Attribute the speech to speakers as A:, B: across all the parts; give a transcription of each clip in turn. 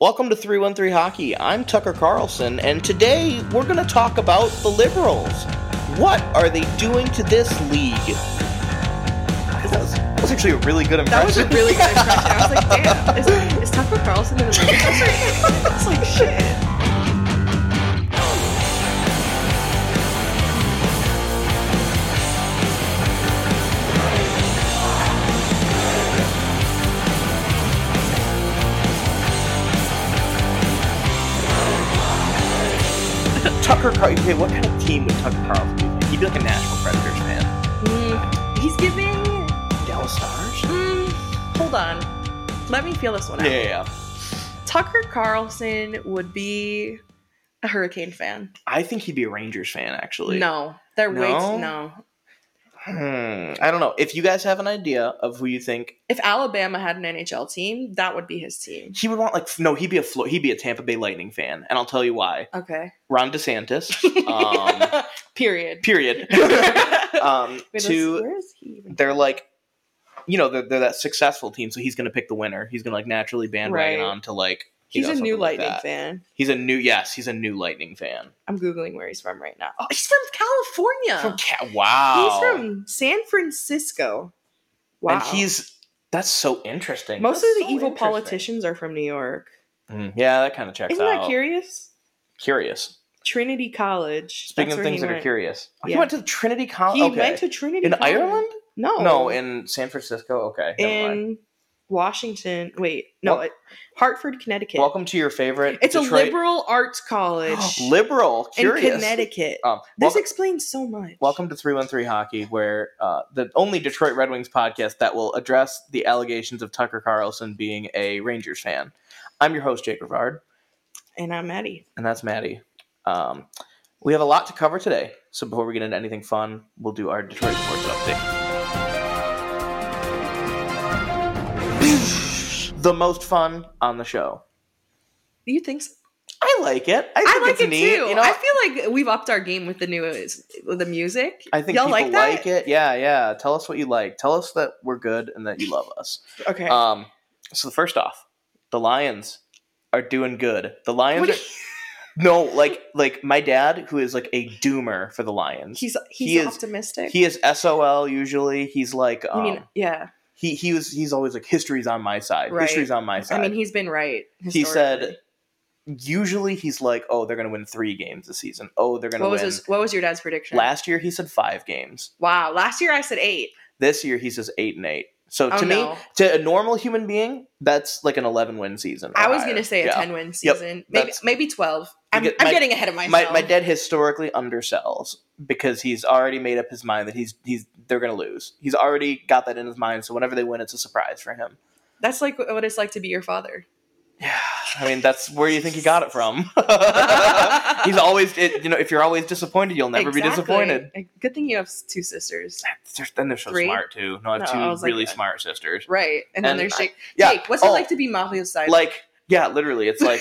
A: Welcome to 313 Hockey. I'm Tucker Carlson, and today we're going to talk about the Liberals. What are they doing to this league? That was, that was actually a really good impression.
B: That was a really good impression. I was like, damn, is, is Tucker Carlson in the league? I was like, shit.
A: Tucker Carlson. Okay, what kind of team would Tucker Carlson be? Like? He'd be like a Nashville Predators fan.
B: Mm, he's giving.
A: Dallas Stars?
B: Mm, hold on. Let me feel this one
A: Yeah,
B: out.
A: yeah, yeah.
B: Tucker Carlson would be a Hurricane fan.
A: I think he'd be a Rangers fan, actually.
B: No, they're way
A: No?
B: too, no.
A: Hmm, I don't know. If you guys have an idea of who you think
B: If Alabama had an NHL team, that would be his team.
A: he would want, like, no, he'd be a Flo- he'd be a Tampa Bay Lightning fan, and I'll tell you why.
B: Okay.
A: Ron DeSantis. Um,
B: Period.
A: period. um,
B: Wait,
A: to
B: where is he even?
A: they're like, you know, they're, they're that successful team, so he's gonna pick the winner. He's gonna like naturally bandwagon
B: Right.
A: on to like. you
B: He's
A: know,
B: a new
A: something like
B: Lightning
A: that.
B: fan.
A: He's a new yes, he's a new Lightning fan.
B: I'm googling where he's from right now. Oh, he's from California.
A: From Ca- wow.
B: He's from San Francisco. Wow.
A: And he's that's so interesting.
B: most
A: That's
B: of the
A: so
B: evil
A: interesting.
B: politicians are from New York.
A: Mm, yeah, that kind of checks
B: Isn't
A: out.
B: that curious?
A: Curious.
B: Trinity College.
A: Speaking
B: That's
A: of
B: where
A: things
B: he
A: that are
B: went.
A: curious, Oh, he
B: Yeah.
A: went to Trinity College.
B: He
A: okay.
B: went to Trinity
A: in
B: College.
A: Ireland?
B: No,
A: No, in San Francisco. Okay, never mind.
B: in Washington. Wait, no,
A: Wel-
B: it- Hartford, Connecticut.
A: Welcome to your favorite.
B: It's a
A: Detroit-
B: liberal arts college
A: liberal.
B: in
A: Curious.
B: Connecticut.
A: Um,
B: This
A: welcome,
B: explains so much.
A: welcome to 313 Hockey, where uh, the only Detroit Red Wings podcast that will address the allegations of Tucker Carlson being a Rangers fan. I'm your host, Jake Rivard,
B: And I'm Maddie.
A: and that's Maddie. Um, we have a lot to cover today, so before we get into anything fun, we'll do our Detroit sports update. the most fun on the show.
B: Do you think? So?
A: I like it. I think
B: I like
A: it's
B: it
A: neat.
B: too.
A: You know,
B: I feel like we've upped our game with the new with the music.
A: I think
B: y'all
A: people
B: like that.
A: it. Yeah, yeah. Tell us what you like. Tell us that we're good and that you love us.
B: Okay.
A: Um, so first off, the Lions are doing good. The Lions.
B: What do
A: Are, no, like like my dad, who is like a doomer for the Lions.
B: he's he's
A: he is-
B: optimistic.
A: He is SOL usually. He's like
B: I
A: um,
B: mean, yeah.
A: he he was he's always like history's on my side.
B: Right.
A: History's on my side.
B: I mean, he's been right.
A: he said
B: historically.
A: usually he's like, oh, they're gonna win three games this season. Oh, they're gonna
B: "What was
A: win.
B: his, what was your dad's prediction?"
A: Last year he said five games.
B: wow, last year I said eight.
A: This year he says eight and eight. So
B: Oh,
A: to me,
B: no.
A: to a normal human being, that's like an 11 win season. or
B: I was
A: higher.
B: gonna say a
A: Yeah.
B: ten win
A: Yep,
B: season, maybe
A: that's-
B: maybe twelve. I'm,
A: get-
B: I'm
A: my-
B: getting ahead of myself.
A: My, my dad historically undersells because he's already made up his mind that he's he's they're gonna lose. He's already got that in his mind, so whenever they win, it's a surprise for him.
B: That's like what it's like to be your father.
A: Yeah, I mean that's where you think he got it from. he's always it, you know if you're always disappointed, you'll never be
B: Exactly.
A: disappointed.
B: Good thing you have s- two sisters,
A: They're- Then they're so
B: Three?
A: smart too. No, I have
B: No,
A: two
B: I was like,
A: really
B: uh,
A: smart sisters.
B: right? And, then
A: And
B: there's
A: I-
B: Jake.
A: yeah,
B: Jake, what's
A: oh.
B: it like to be Mafio's side?
A: Like yeah, literally, it's like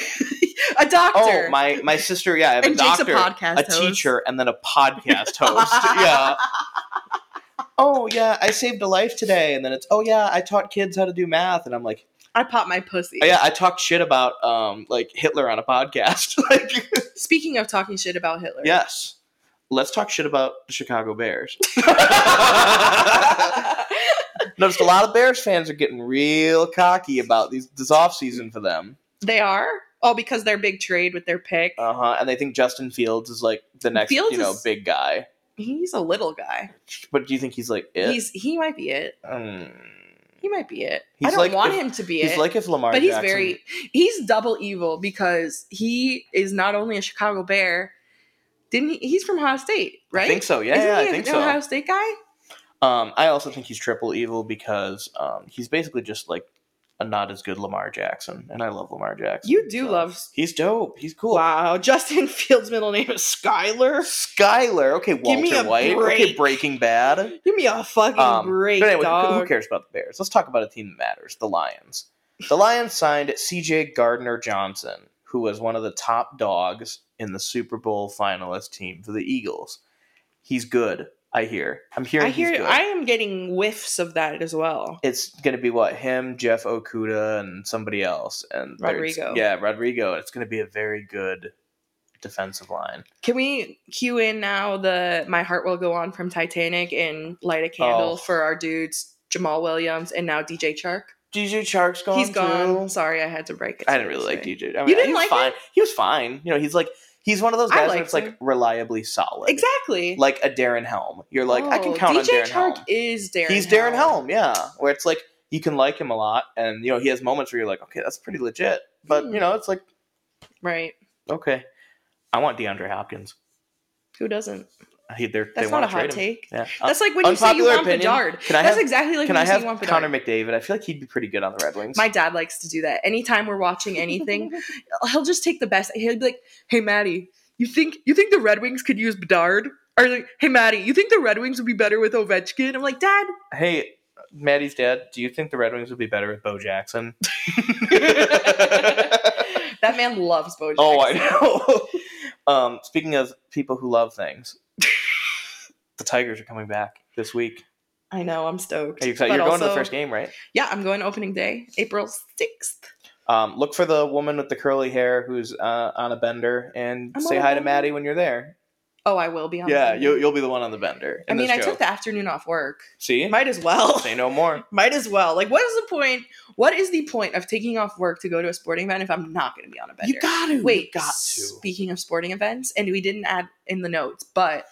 B: a doctor.
A: oh my my sister yeah, I have
B: and
A: a
B: Jake's
A: doctor.
B: a podcast
A: a
B: host.
A: teacher and then a podcast host. yeah. Oh yeah, I saved a life today, and then it's oh yeah, I taught kids how to do math, and I'm like,
B: I pop my pussy.
A: oh, yeah, I talked shit about um like Hitler on a podcast. like
B: Speaking of talking shit about Hitler,
A: yes, let's talk shit about the Chicago Bears. Noticed a lot of Bears fans are getting real cocky about these this off season for them,
B: they are all because their big trade with their pick.
A: uh huh, and they think Justin Fields is like the next
B: Fields
A: you know
B: is-
A: big guy.
B: He's a little guy.
A: But do you think he's like it?
B: He's he might be it.
A: Mm.
B: He might be it.
A: He's
B: I don't
A: like
B: want
A: if-
B: him to be
A: He's
B: it.
A: like if Lamar,
B: but he's
A: Jackson-
B: very he's double evil because he is not only a Chicago Bear, didn't he? He's from Ohio State, right?
A: I think so. Yeah,
B: Isn't
A: yeah,
B: he
A: I
B: an
A: think
B: Ohio
A: so.
B: State guy?
A: Um, I also think he's triple evil because um, he's basically just like a not as good Lamar Jackson, and I love Lamar Jackson.
B: You do
A: so-
B: love.
A: He's dope. He's cool.
B: Wow, Justin Fields' middle name is Skyler.
A: Skyler. Okay, Walter
B: me a
A: White. Okay,
B: break.
A: Breaking Bad.
B: Give me a fucking
A: Um,
B: break,
A: but anyway, who-
B: dog.
A: who cares about the Bears? Let's talk about a team that matters: the Lions. The Lions signed C.J. Gardner Johnson, who was one of the top dogs in the Super Bowl finalist team for the Eagles. He's good. I hear. I'm hearing.
B: I hear.
A: He's good.
B: I am getting whiffs of that as well.
A: it's going to be what him, Jeff Okuda, and somebody else, and they're- it's-
B: Rodrigo.
A: Yeah, Rodrigo. It's going to be a very good defensive line.
B: Can we cue in now the "My Heart Will Go On" from Titanic and light a candle
A: Oh.
B: for our dudes Jamal Williams and now DJ Chark?
A: DJ Chark's gone.
B: He's gone.
A: too.
B: Sorry, I had to break it.
A: I
B: to
A: didn't
B: you,
A: really like
B: sorry.
A: DJ. I mean,
B: You didn't
A: he was
B: like
A: fine.
B: him?
A: He was fine. You know, he's like he's one of those
B: I
A: guys
B: liked
A: that's like
B: him.
A: reliably solid.
B: Exactly.
A: Like a Darren Helm. You're like, I can
B: Oh,
A: count on
B: DJ
A: Darren
B: Chark
A: Helm.
B: is Darren.
A: he's Darren Helm, yeah. Where it's like you can like him a lot, and you know he has moments where you're like, okay, that's pretty legit. But
B: Hmm.
A: you know, it's like,
B: right?
A: okay, I want DeAndre Hopkins.
B: Who doesn't?
A: He, they're,
B: That's
A: they
B: not
A: want
B: a
A: to trade
B: hot
A: him.
B: take.
A: Yeah.
B: That's like when you say you
A: unpopular
B: want
A: opinion.
B: Bedard.
A: Can I
B: That's
A: have-
B: exactly like
A: Can
B: when
A: I
B: you say you
A: have
B: want
A: Connor
B: Bedard.
A: McDavid? I feel like he'd be pretty good on the Red Wings.
B: My dad likes to do that. Anytime we're watching anything, he'll just take the best. He'll be like, "Hey, Maddie, you think you think the Red Wings could use Bedard?" Or like, "Hey, Maddie, you think the Red Wings would be better with Ovechkin?" I'm like, "Dad,
A: hey, Maddie's dad, do you think the Red Wings would be better with Bo Jackson?
B: that man loves Bojack."
A: oh, I know. um, speaking of people who love things, the Tigers are coming back this week.
B: I know. I'm stoked.
A: Are you excited?
B: But
A: You're going to the
B: also-
A: first game, right?
B: Yeah, I'm going opening day, April sixth.
A: Um, look for the woman with the curly hair who's uh, on a bender and
B: I'm
A: say
B: on a
A: hi to
B: bender.
A: Maddie when you're there.
B: Oh, I will be on.
A: yeah,
B: the-
A: you'll, you'll be the one on the bender.
B: I
A: in
B: mean,
A: this
B: I
A: joke.
B: took the afternoon off work.
A: See?
B: Might as well.
A: say no more.
B: Might as well. Like, what is the point? What is the point of taking off work to go to a sporting event if I'm not going to be on a bender?
A: got to.
B: Wait,
A: got to.
B: Speaking of sporting events, and we didn't add in the notes, but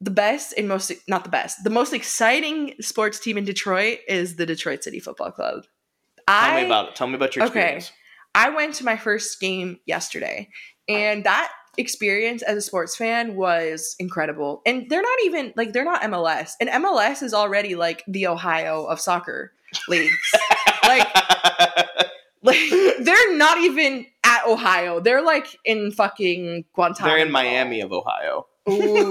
B: the best and most not the best, the most exciting sports team in Detroit is the Detroit City Football Club.
A: Tell
B: I
A: me about it. Tell me about your
B: Okay.
A: experience.
B: I went to my first game yesterday, and that experience as a sports fan was incredible. And they're not even like they're not MLS, and MLS is already like the Ohio of soccer leagues. like, like they're not even at Ohio. They're like in fucking Guantanamo.
A: They're in Miami of Ohio.
B: Ooh,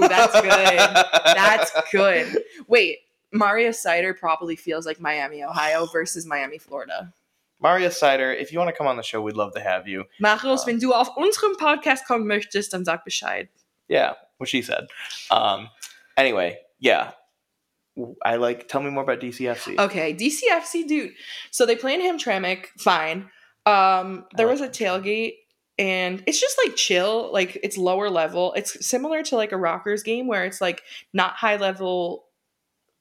B: that's good. That's good. Wait, Mario Cider probably feels like Miami, Ohio versus Miami, Florida.
A: Mario Sider, if you want to come on the show, we'd love to have you.
B: Marius, wenn du auf unserem Podcast kommen möchtest, dann sag Bescheid.
A: Yeah, what she said. Um, anyway, yeah. I like, tell me more about DCFC.
B: Okay, DCFC dude. So they play in Hamtramck, fine. Um,
A: Oh.
B: there was a tailgate and it's just like chill, like it's lower level. It's similar to like a Rockers game where it's like not high level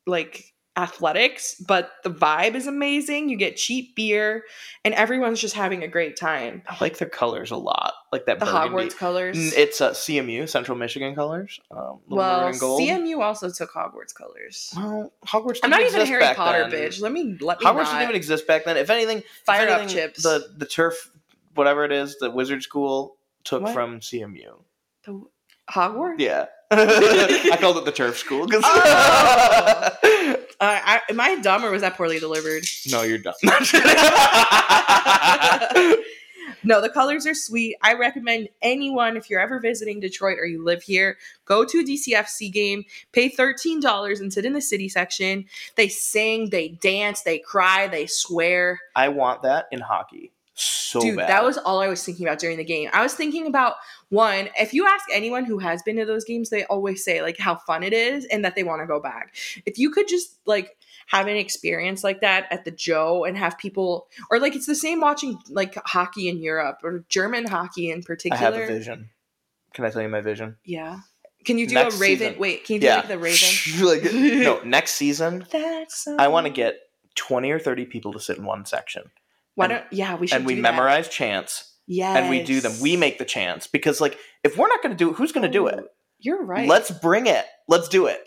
B: like athletics, but the vibe is amazing. You get cheap beer and everyone's just having a great time.
A: I like their colors a lot. Like that
B: The
A: burgundy.
B: Hogwarts colors.
A: Mm, It's uh, CMU, Central Michigan colors. Um, little
B: well,
A: maroon and gold.
B: CMU also took Hogwarts colors.
A: well, Hogwarts. didn't
B: I'm not even a
A: exist
B: Harry
A: back
B: Potter
A: then.
B: bitch. Let me let me
A: Hogwarts
B: not.
A: didn't even exist back then. If anything, if
B: Fire up
A: anything,
B: chips.
A: The the turf, whatever it is, the wizard school took
B: What?
A: from CMU.
B: The Hogwarts?
A: Yeah. I called it the turf school. 'cause-
B: Oh. Uh, I, am I dumb or was that poorly delivered?
A: no, you're dumb.
B: No, the colors are sweet. I recommend anyone, if you're ever visiting Detroit or you live here, go to a DCFC game, pay $13 and sit in the city section. They sing, they dance, they cry, they swear.
A: I want that in hockey so
B: Dude,
A: bad.
B: that was all I was thinking about during the game. I was thinking about one, if you ask anyone who has been to those games, they always say like how fun it is and that they want to go back. If you could just like have an experience like that at the Joe and have people or like it's the same watching like hockey in Europe or German hockey in
A: I have
B: particular.
A: a vision. Can I tell you my vision?
B: Yeah. Can you do
A: Next
B: a Raven?
A: season.
B: Wait, can you do like the Raven?
A: like, no, next season
B: That's
A: I want to get twenty or thirty people to sit in one section,
B: Why
A: and-
B: don't yeah, we should
A: and we
B: do that.
A: memorize chants
B: Yes.
A: and we do them. We make the chants because, like, if we're not going to do it, who's going to do it?
B: You're right.
A: Let's bring it. Let's do it.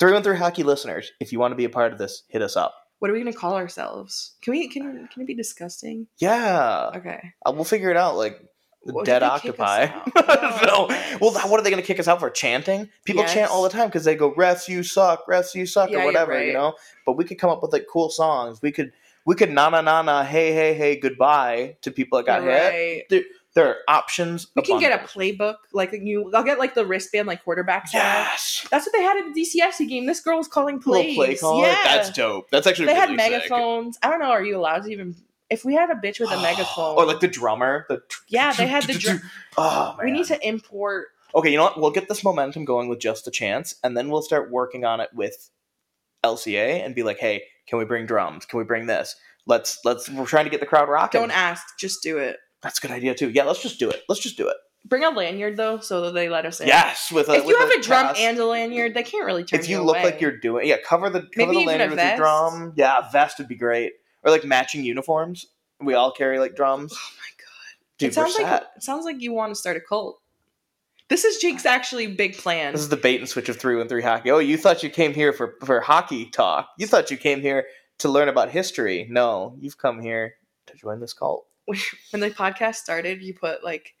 A: Through and through hockey listeners, if you want to be a part of this, hit us up.
B: what are we gonna call ourselves? Can we can can it be disgusting?
A: Yeah,
B: Okay.
A: Uh, we'll figure it out. Like the
B: Well,
A: dead
B: they kick us
A: octopi.
B: out.
A: no.
B: Oh.
A: Well, th- what are they going to kick us out for? Chanting? People
B: Yes.
A: chant all the time because they go, "Refs, you suck. Refs, you suck," or
B: Yeah, you're
A: whatever,
B: right.
A: you know. But we could come up with like cool songs. We could, we could na na na na, hey hey hey, goodbye to people that got
B: You're
A: hit.
B: right.
A: There are options.
B: We can get a
A: abundant.
B: playbook, like a new. I'll get like the wristband, like quarterback style.
A: yes.
B: That's what they had at the DCFC game. This girl was calling
A: Little
B: plays.
A: play call.
B: Yeah,
A: That's dope. That's actually
B: they had
A: really sick.
B: megaphones. I don't know. Are you allowed to even? If we had a bitch with a megaphone,
A: or like the drummer. The
B: yeah, they had the. Dr-
A: oh man.
B: we need to import
A: okay, you know what? We'll get this momentum going with just a chance, and then we'll start working on it with LCA and be like, hey, can we bring drums? Can we bring this? Let's let's we're trying to get the crowd rocking.
B: Don't ask, just do it.
A: That's a good idea too. Yeah, let's just do it. Let's just do it.
B: Bring a lanyard though, so that they let us in.
A: Yes, with a
B: if you
A: with
B: have a drum
A: pass.
B: and a lanyard, they can't really turn
A: if you look
B: away.
A: like you're doing yeah, cover the cover
B: Maybe
A: the
B: even
A: lanyard
B: a
A: with
B: vest?
A: your drum. Yeah, a vest would be great. Or like matching uniforms. We all carry like drums.
B: Oh my god.
A: Dude,
B: it sounds
A: we're
B: like
A: set.
B: it sounds like you want to start a cult. This is Jake's actually big plan.
A: This is the bait and switch of three one three hockey. Oh, you thought you came here for for hockey talk. You thought you came here to learn about history. No, you've come here to join this cult.
B: when the podcast started, you put like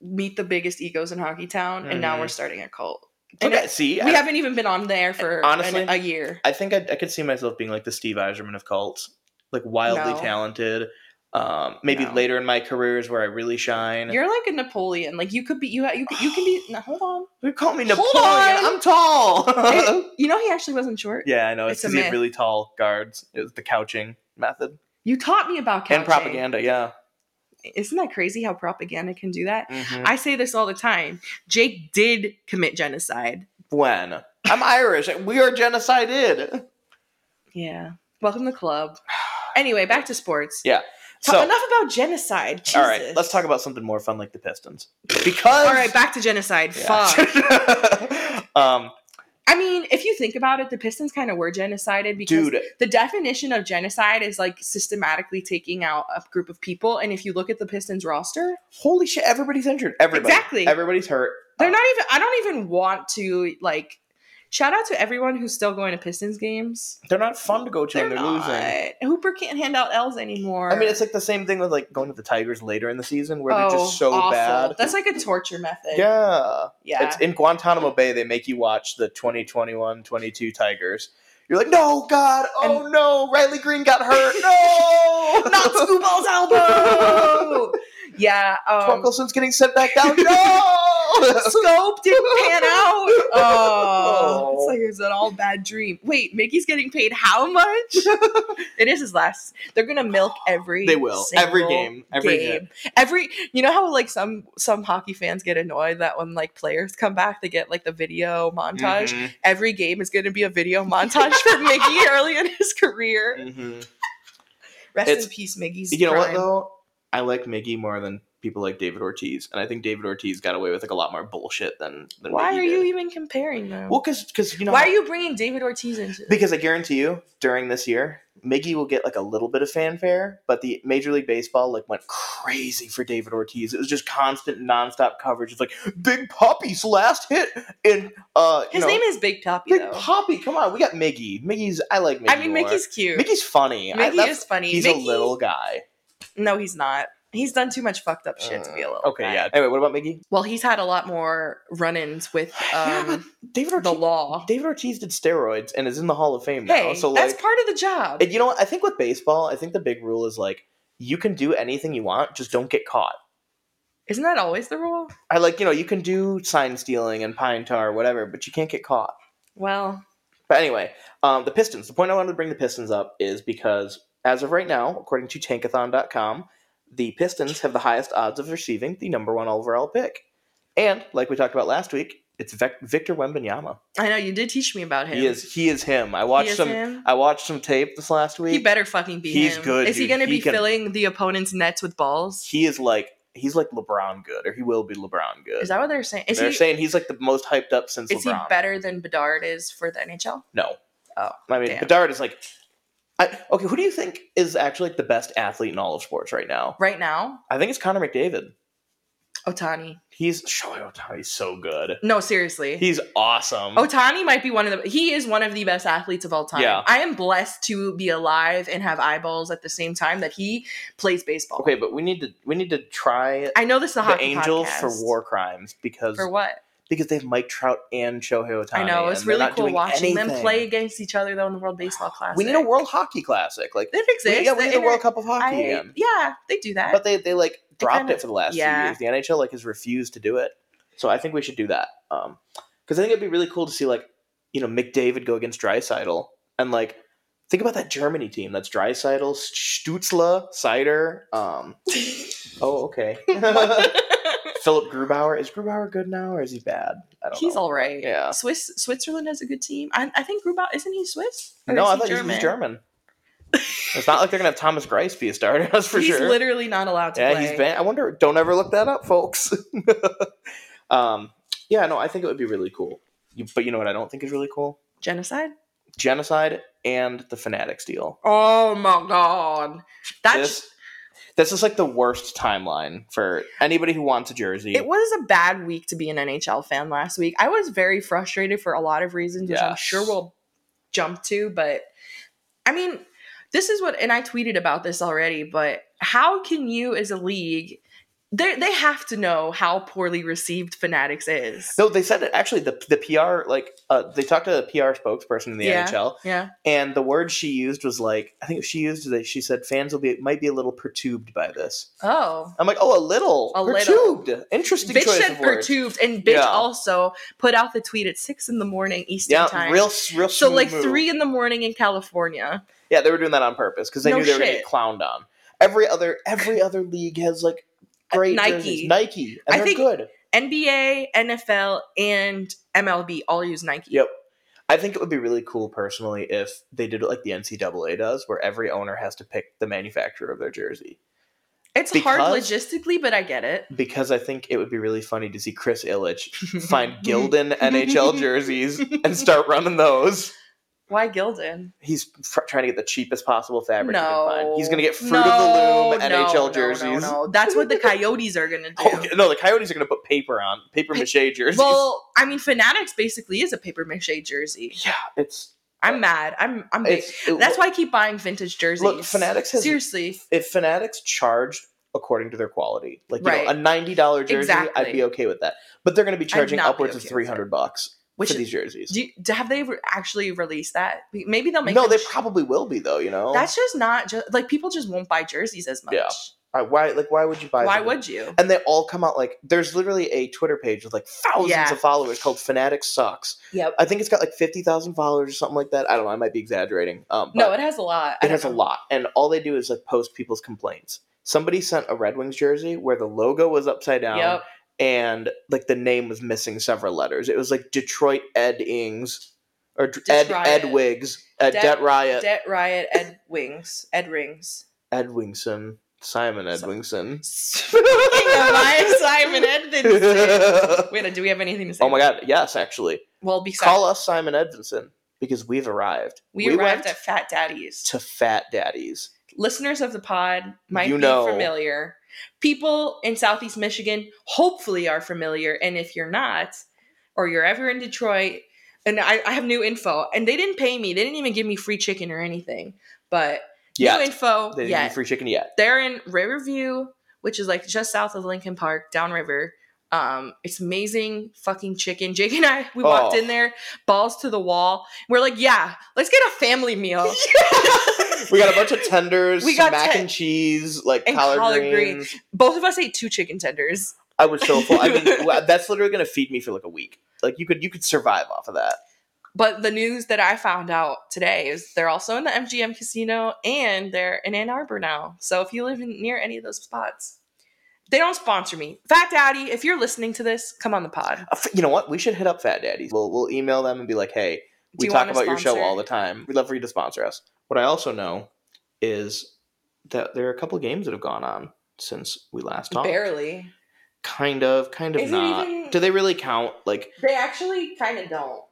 B: meet the biggest egos in hockey town, and now
A: Mhm.
B: we're starting a cult. And
A: Okay, see,
B: we
A: I,
B: haven't even been on there for an-
A: Honestly,
B: a year.
A: I think I, I could see myself being like the Steve Eiserman of cults, like wildly
B: No.
A: talented. Um, maybe
B: No.
A: later in my career is where I really shine.
B: You're like a Napoleon. Like you could be you ha- you, could- you can be. No, hold on.
A: You call me Napoleon.
B: Hold on.
A: I'm tall.
B: It- you know he actually wasn't short.
A: yeah, I know. It's
B: It's a
A: because he had
B: myth.
A: really tall guards. It was the couching method
B: You taught me about couching.
A: and propaganda. Yeah.
B: Isn't that crazy how propaganda can do that?
A: Mhm.
B: I say this all the time. Jake did commit genocide.
A: when I'm Irish, we are genocided.
B: Yeah. Welcome to the club. Anyway, back to sports.
A: Yeah.
B: Ta-
A: So,
B: enough about genocide. Jesus.
A: all right, let's talk about something more fun like the Pistons because.
B: All right, back to genocide.
A: Yeah.
B: Fuck.
A: um,
B: I mean, if you think about it, the Pistons kind of were genocided because
A: dude,
B: the definition of genocide is like systematically taking out a group of people. And if you look at the Pistons roster,
A: holy shit! Everybody's injured. Everybody.
B: exactly.
A: Everybody's hurt.
B: They're not even, I don't even want to like, shout out to everyone who's still going to Pistons games.
A: They're not fun to go to
B: They're
A: when they're losing.
B: not. Hooper can't hand out L's anymore.
A: I mean, it's like the same thing with like going to the Tigers later in the season where they're
B: Oh,
A: just so
B: awful.
A: bad.
B: That's like a torture method.
A: yeah.
B: Yeah.
A: It's in Guantanamo Bay. They make you watch the 2021-22 Tigers. You're like, no, God, oh no, Riley Green got hurt. No,
B: not Scooball's elbow. yeah. Um,
A: Torkelson's getting sent back down. No.
B: scope didn't pan out.
A: Oh.
B: Oh, it's like it's an all bad dream. Wait, Mickey's getting paid how much? it is his last. They're gonna milk every.
A: they will every
B: single
A: game, every
B: game.
A: game.
B: Every you know how like some some hockey fans get annoyed that when like players come back they get like the video montage.
A: Mhm,
B: Every game is going to be a video montage for Mickey early in his career.
A: mhm.
B: Rest
A: It's-
B: in peace, Mickey's.
A: You know what
B: prime.
A: though? I like Miggy more than people like David Ortiz, and I think David Ortiz got away with like a lot more bullshit than. than
B: Why
A: Miggy
B: are
A: did.
B: you even comparing them?
A: Well, because because you know
B: Why
A: how-
B: are you bringing David Ortiz into this?
A: Because I guarantee you, during this year, Miggy will get like a little bit of fanfare, but the Major League Baseball like went crazy for David Ortiz. It was just constant, nonstop coverage. It's like Big Poppy's last hit, and uh,
B: His name is Big Poppy,
A: Big
B: though.
A: Poppy. Come on, we got Miggy. Miggy's. I like Miggy.
B: I mean,
A: more.
B: Mickey's cute.
A: Miggy's funny. I-
B: Mickey
A: that's-
B: is funny.
A: He's
B: Mickey,
A: a little guy.
B: No, he's not. He's done too much fucked up shit to be a little.
A: Okay,
B: guy.
A: yeah. Anyway, what about Miggy?
B: Well, he's had a lot more run-ins with
A: Yeah,
B: um,
A: David
B: the
A: Ortiz.
B: law.
A: David Ortiz did steroids and is in the Hall of Fame now.
B: Hey,
A: so like,
B: that's part of the job.
A: And you know what? I think with baseball, I think the big rule is like you can do anything you want, just don't get caught.
B: Isn't that always the rule?
A: I like, you know, you can do sign stealing and pine tar, whatever, but you can't get caught.
B: Well,
A: But anyway, um, the Pistons. The point I wanted to bring the Pistons up is because as of right now, according to tankathon.com, the Pistons have the highest odds of receiving the number one overall pick. And like we talked about last week, it's Vic- Victor Wembanyama.
B: I know you did teach me about him.
A: He is he is him. I
B: He
A: watched
B: is
A: some
B: him.
A: I watched some tape this last week.
B: He better fucking be
A: He's
B: him.
A: good,
B: Is he
A: dude.
B: going to
A: He
B: be
A: can-
B: filling the opponent's nets with balls?
A: he is like he's like LeBron good, or he will be LeBron good.
B: Is that what they're saying? Is
A: They're
B: he
A: saying he's like the most hyped up since
B: is he
A: LeBron.
B: better than Bedard is for the NHL?
A: No.
B: Oh,
A: I mean,
B: damn.
A: Bedard is like. I, okay, who do you think is actually like the best athlete in all of sports right now?
B: Right now,
A: I think it's Connor McDavid.
B: Otani.
A: He's Shohei Otani's so good.
B: No, seriously.
A: He's awesome.
B: Otani might be one of the he is one of the best athletes of all time.
A: Yeah.
B: I am blessed to be alive and have eyeballs at the same time that he plays baseball.
A: okay, but we need to we need to try
B: I know this is a
A: the
B: hockey
A: Angels
B: podcast.
A: for war crimes because
B: For what?
A: because they have Mike Trout and Shohei Otani.
B: I know it's
A: and they're
B: really
A: not
B: cool
A: doing
B: watching them
A: anything.
B: play against each other though in the World Baseball Classic.
A: We need a World Hockey Classic. Like
B: It
A: we-
B: exists.
A: yeah, we
B: The
A: need a
B: inter-
A: World Cup of Hockey
B: I-
A: again.
B: Yeah, they do that.
A: but they they like dropped
B: kinda-
A: it for the last
B: yeah.
A: few years. The NHL like has refused to do it, so I think we should do that. Um, because I think it'd be really cool to see like you know McDavid go against Drysital and like think about that Germany team. That's Drysital, Stutzla, Cider. Um, oh okay, Philip Grubauer is Grubauer good now or is he bad? I don't
B: He's
A: know.
B: all right.
A: Yeah.
B: Swiss Switzerland has a good team. I, I think Grubauer isn't he Swiss? Or
A: no,
B: is
A: I
B: he
A: thought he was German. it's not like they're gonna have Thomas Grice be a starter. That's for
B: he's
A: sure.
B: literally not allowed to
A: yeah,
B: play.
A: he's banned. I wonder. Don't ever look that up, folks. um, yeah, no, I think it would be really cool. You, but you know what? I don't think is really cool.
B: Genocide.
A: Genocide and the Fanatics deal.
B: Oh my god, that's
A: this, this is like the worst timeline for anybody who wants a jersey.
B: It was a bad week to be an NHL fan last week. I was very frustrated for a lot of reasons, which I'm
A: Yes.
B: sure we'll jump to. But I mean, this is what, and I tweeted about this already, but how can you, as a league, they they have to know how poorly received Fanatics is.
A: no, they said it actually. The the PR like uh, they talked to the PR spokesperson in the
B: Yeah.
A: NHL,
B: Yeah.
A: and the word she used was like I think she used that she said fans will be might be a little perturbed by this.
B: Oh.
A: I'm like, oh, a little
B: A little.
A: perturbed. Interesting
B: Bitch
A: choice
B: said
A: of words.
B: perturbed, and bitch
A: Yeah.
B: also put out the tweet at six in the morning Eastern
A: Yeah,
B: time.
A: real, real.
B: so
A: smooth
B: like
A: move.
B: three in the morning in California.
A: Yeah, they were doing that on purpose because they
B: No
A: knew they were going to
B: shit.
A: get clowned on. Every other every other league has like great
B: Nike.
A: jerseys. Nike, and
B: I
A: they're
B: think-
A: good.
B: NBA, NFL, and MLB all use Nike.
A: Yep. I think it would be really cool personally if they did it like the NCAA does, where every owner has to pick the manufacturer of their jersey.
B: It's hard
A: Because-
B: logistically, but I get it.
A: Because I think it would be really funny to see Chris Illich find Gildan NHL jerseys and start running those.
B: Why Gildan?
A: He's fr- trying to get the cheapest possible fabric he can
B: No.
A: find. He's going to get Fruit
B: No,
A: of the Loom
B: no,
A: NHL
B: no, no,
A: jerseys.
B: no. That's what the Coyotes are going to do.
A: Oh, yeah, no, the Coyotes are going to put paper on paper
B: Pa-
A: mache jerseys.
B: Well, I mean, Fanatics basically is a paper mache jersey.
A: yeah, it's
B: I'm mad. I'm. I'm.
A: it's it-
B: That's why I keep buying vintage jerseys.
A: Look, Fanatics has-
B: seriously.
A: if Fanatics charged according to their quality, like you
B: Right.
A: know, a ninety dollar jersey,
B: Exactly.
A: I'd be okay with that. But they're going to be charging
B: not be
A: upwards
B: okay
A: of
B: with
A: three hundred bucks
B: Which
A: for these jerseys.
B: do, you- do have they re- actually released that? Maybe they'll make.
A: no,
B: them
A: they
B: sh-
A: probably will be though. You know,
B: That's just not just like people just won't buy jerseys as much.
A: Yeah. Uh, why. Like, why would you buy?
B: Why
A: them?
B: would you?
A: And they all come out like there's literally a Twitter page with like thousands
B: Yeah.
A: of followers called Fanatics Sucks.
B: Yep.
A: I think it's got like fifty thousand followers or something like that. I don't know. I might be exaggerating. Um, but-
B: No, it has a lot. I
A: It
B: don't
A: has a
B: know.
A: lot, and all they do is like post people's complaints. Somebody sent a Red Wings jersey where the logo was upside down
B: Yep.
A: and like the name was missing several letters. It was like Detroit Ed Ings or Dr-
B: Detriot.
A: Ed Ed Wiggs, Ed
B: Det-
A: Det Riot,
B: Det Riot, Ed Wings, Ed Rings.
A: Ed Wingson, Simon Ed
B: So-
A: Wingson.
B: Elias Simon Edvinson. Wait, do we have anything to say?
A: oh my god! Yes, actually,
B: Well, besides,
A: call us Simon Edvinson because we've arrived.
B: we, arrived
A: went
B: at Fat Daddy's.
A: to Fat Daddy's.
B: Listeners of the pod might
A: You
B: be
A: know.
B: familiar. People in Southeast Michigan hopefully are familiar, and if you're not, or you're ever in Detroit, and I, I have new info, and they didn't pay me. They didn't even give me free chicken or anything. But
A: Yeah,
B: new info.
A: they didn't
B: yet.
A: give you free chicken yet.
B: They're in Riverview, which is like just south of Lincoln Park, downriver. Um, it's amazing fucking chicken. Jake and I, we walked
A: Oh.
B: in there, balls to the wall. We're like, yeah, let's get a family meal.
A: We got a bunch of tenders,
B: We
A: we
B: got
A: got mac
B: ten-
A: and cheese, like
B: and
A: collard,
B: collard
A: greens.
B: Both of us ate two chicken tenders.
A: I was so full. I mean, wow, that's literally going to feed me for like a week. Like you could you could survive off of that.
B: But the news that I found out today is they're also in the MGM casino and they're in Ann Arbor now. So if you live in, near any of those spots, they don't sponsor me. Fat Daddy, if you're listening to this, come on the pod.
A: Uh, You know what? We should hit up Fat Daddies. We'll we'll email them and be like, hey, we
B: you
A: talk
B: want a
A: about your show
B: sponsor?
A: all the time. We'd love for you to sponsor us. What I also know is that there are a couple games that have gone on since we last talked.
B: Barely.
A: Kind of, kind of
B: Is it
A: not.
B: even-
A: Do they really count? Like
B: They actually kind of don't.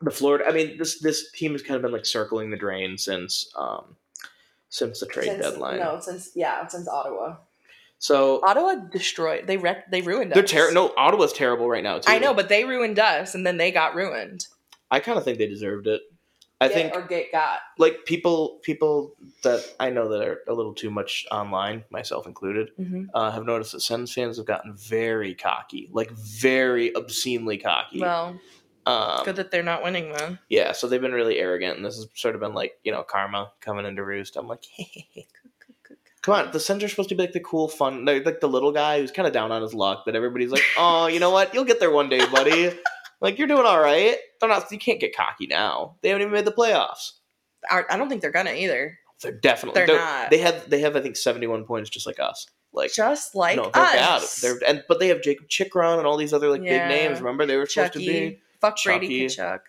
A: the Florida. I mean, this this team has kind of been like circling the drain since um since the trade
B: Since-
A: deadline.
B: No, since yeah, since Ottawa.
A: So
B: Ottawa destroyed. They wrecked. They ruined
A: they're
B: us.
A: terrible. No, Ottawa's terrible right now too.
B: I know, but they ruined us, and then they got ruined.
A: I kind of think they deserved it. I
B: Get-
A: think
B: or get got.
A: like people people that I know that are a little too much online, myself included,
B: Mm-hmm.
A: uh, have noticed that Sens fans have gotten very cocky, like very obscenely cocky.
B: Well,
A: um,
B: good that they're not winning then.
A: yeah, so they've been really arrogant, and this has sort of been like you know karma coming into roost. I'm like, come on, the Sens are supposed to be like the cool, fun, they're like the little guy who's kind of down on his luck. That everybody's like, oh, you know what, you'll get there one day, buddy. like you're doing all right. They're not. You can't get cocky now. They haven't even made the playoffs.
B: I I don't think they're gonna either.
A: They're definitely
B: They're
A: they're-
B: not.
A: They have they have I think seventy one points just like us. Like
B: just like
A: no, they're bad.
B: us.
A: They're and but they have Jacob Chikron and all these other like
B: Yeah.
A: big names. Remember they were supposed to be
B: Chucky. Fuck Brady
A: Chucky.
B: Kachuk.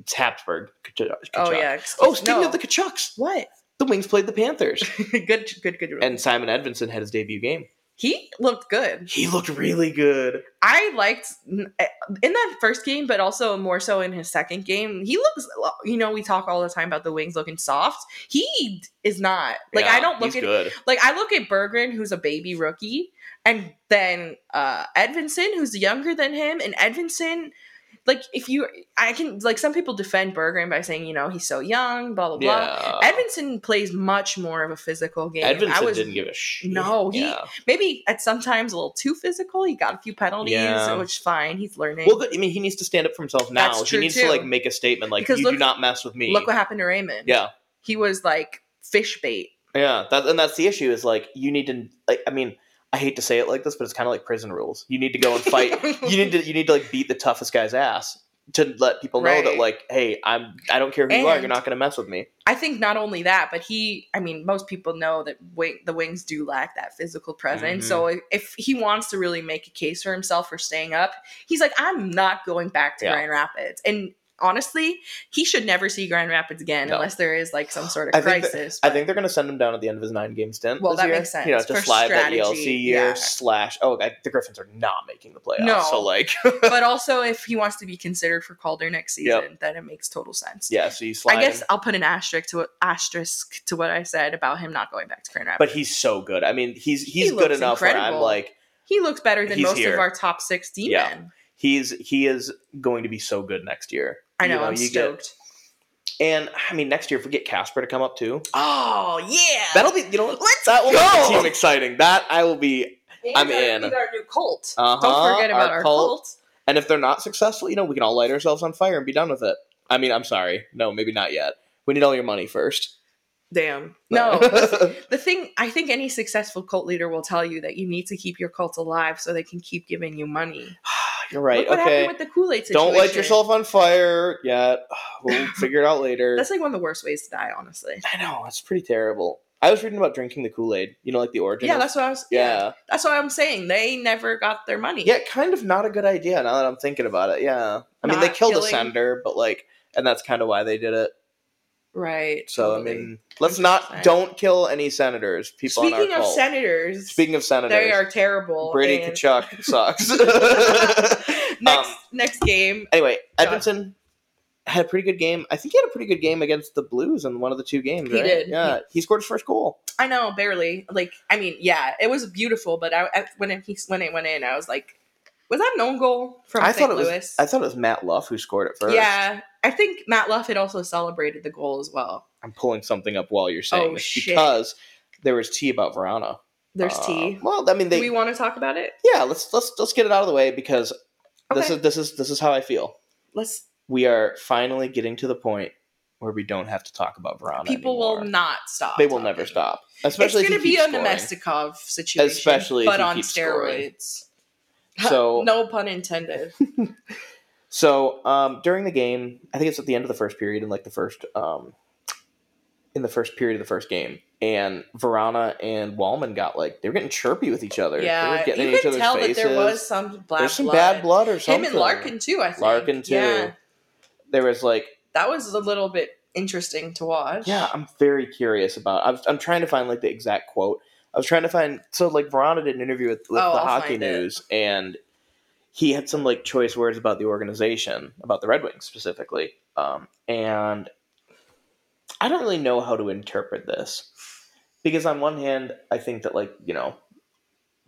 A: it's Habsburg. Kachuk.
B: Oh
A: Kachuk.
B: yeah. excuse-
A: Oh, speaking
B: no.
A: of the Kachucks,
B: what?
A: the Wings played the Panthers,
B: good, good, good, good.
A: and Simon Edvinson had his debut game.
B: he looked good.
A: He looked really good.
B: I liked eh, in that first game, but also more so in his second game. He looks, uh, you know, we talk all the time about the wings looking soft. He is not. Like
A: Yeah,
B: I don't look
A: he's
B: at
A: good.
B: like I look at Berggren, who's a baby rookie, and then uh Edvinson, who's younger than him, and Edvinson, like if you, I can like some people defend Berggren by saying you know he's so young, blah blah blah.
A: Yeah.
B: Edvinson plays much more of a physical game. I
A: Edvinson
B: was
A: didn't give a shit.
B: No, he-
A: Yeah.
B: maybe at sometimes a little too physical. He got a few penalties,
A: Yeah.
B: which is fine. He's learning.
A: Well, good. I mean, he needs to stand up for himself now.
B: That's
A: he
B: true,
A: needs
B: too.
A: to like make a statement, like
B: Because
A: you
B: look-
A: do not mess with me.
B: Look what happened to Raymond.
A: yeah,
B: he was like fish bait.
A: yeah. That, and that's the issue is like you need to. Like, I mean, I hate to say it like this, but it's kind of like prison rules. You need to go and fight. you need to you need to like beat the toughest guy's ass to let people know
B: Right.
A: that like, hey, I'm I don't care who you are, you're
B: And-
A: not going to mess with me.
B: I think not only that, but he, I mean, most people know that wing, the Wings do lack that physical presence.
A: Mhm.
B: So if, if he wants to really make a case for himself for staying up, he's like, I'm not going back to
A: Yeah.
B: Grand Rapids. And honestly, he should never see Grand Rapids again
A: No.
B: unless there is like some sort of
A: I think that-
B: crisis.
A: I think they're going to send him down at the end of his nine game stint.
B: Well,
A: this
B: that
A: year.
B: makes sense.
A: You know, to
B: For
A: slide that
B: strategy,
A: ELC year
B: yeah.
A: slash. Oh, I, the Griffins are not making the playoffs.
B: No.
A: So like,
B: but also, if he wants to be considered for Calder next
A: Yep.
B: season, then it makes total sense.
A: yeah. So you slide.
B: I guess
A: him.
B: I'll put an asterisk to asterisk to what I said about him not going back to Grand Rapids.
A: But he's so good. I mean, he's he's good
B: looks
A: enough where I'm
B: incredible.
A: like,
B: he looks better than
A: He's
B: most
A: here.
B: of our top six D
A: Yeah.
B: men.
A: he's he is going to be so good next year.
B: I know,
A: You
B: I'm
A: you
B: stoked.
A: Get, and I mean, next year if we get Casper to come up too,
B: Oh yeah,
A: that'll be you know what?
B: Let's
A: that will
B: go!
A: make the team exciting. That I will be.
B: And
A: I'm
B: our-
A: in.
B: and our new cult.
A: Uh-huh,
B: Don't forget about
A: our
B: our,
A: cult.
B: cult.
A: And if they're not successful, you know, we can all light ourselves on fire and be done with it. I mean, I'm sorry. No, maybe not yet. We need all your money first.
B: Damn. No, the thing I think any successful cult leader will tell you that you need to keep your cult alive so they can keep giving you money.
A: You're right.
B: Look what
A: okay.
B: happened with the Kool Aid situation.
A: Don't light yourself on fire yet. We'll figure it out later.
B: That's like one of the worst ways to die, honestly.
A: I know it's pretty terrible. I was reading about drinking the Kool Aid. You know, like the origin.
B: Yeah,
A: of-
B: that's what I was.
A: yeah,
B: that's what I'm saying. They never got their money.
A: yeah. Kind of not a good idea now that I'm thinking about it. Yeah, I mean they
B: Not
A: killed a
B: killing-
A: sender, but like, and that's kind of why they did it.
B: right.
A: So I
B: totally.
A: mean, let's not
B: 100%.
A: don't kill any senators. People. on
B: speaking
A: our
B: of
A: cult.
B: senators,
A: Speaking of senators,
B: they are terrible.
A: Brady
B: and-
A: Kachuk sucks.
B: next
A: Um,
B: next game,
A: anyway,
B: Josh.
A: Edmonton had a pretty good game. I think he had a pretty good game against the Blues in one of the two games.
B: He
A: right?
B: did.
A: Yeah, he scored his first goal.
B: I know barely. Like I mean, yeah, it was beautiful, but I, I when it, he when it went in, I was like, was that an own goal from
A: I
B: St.
A: thought it was-
B: Louis?
A: I thought it was Matt Luff who scored it first.
B: yeah, I think Matt Luff had also celebrated the goal as well.
A: I'm pulling something up while you're saying
B: Oh,
A: this
B: shit.
A: because there was tea about Verona.
B: There's
A: Uh,
B: tea.
A: Well, I mean, they.
B: Do we want to talk about it?
A: yeah, let's let's let's get it out of the way because this
B: Okay.
A: is this is this is how I feel.
B: Let's.
A: We are finally getting to the point where we don't have to talk about Verona.
B: People will
A: anymore.
B: not stop.
A: They will
B: talking.
A: never stop. Especially if
B: it's going to
A: he
B: be
A: keeps
B: a
A: scoring.
B: Nemestikov situation,
A: Especially if
B: but
A: he
B: on
A: keeps scoring.
B: steroids.
A: So-
B: no pun intended.
A: So um, during the game, I think it's at the end of the first period, in like the first, um, in the first period of the first game, and Verana and Wallman got like they were getting chirpy with each other. they
B: yeah,
A: were getting in
B: you
A: each
B: could
A: other's
B: tell
A: faces.
B: that there was some black
A: There's some
B: blood.
A: bad blood or
B: Him
A: something.
B: and Larkin too. I think
A: Larkin too.
B: Yeah,
A: There was like,
B: that was a little bit interesting to watch.
A: yeah, I'm very curious about. I've, I'm trying to find like the exact quote. I was trying to find. So like Verona did an interview with, with
B: Oh,
A: the
B: I'll
A: Hockey
B: find it.
A: News, and he had some like choice words about the organization, about the Red Wings specifically. Um, and I don't really know how to interpret this because on one hand, I think that like you know,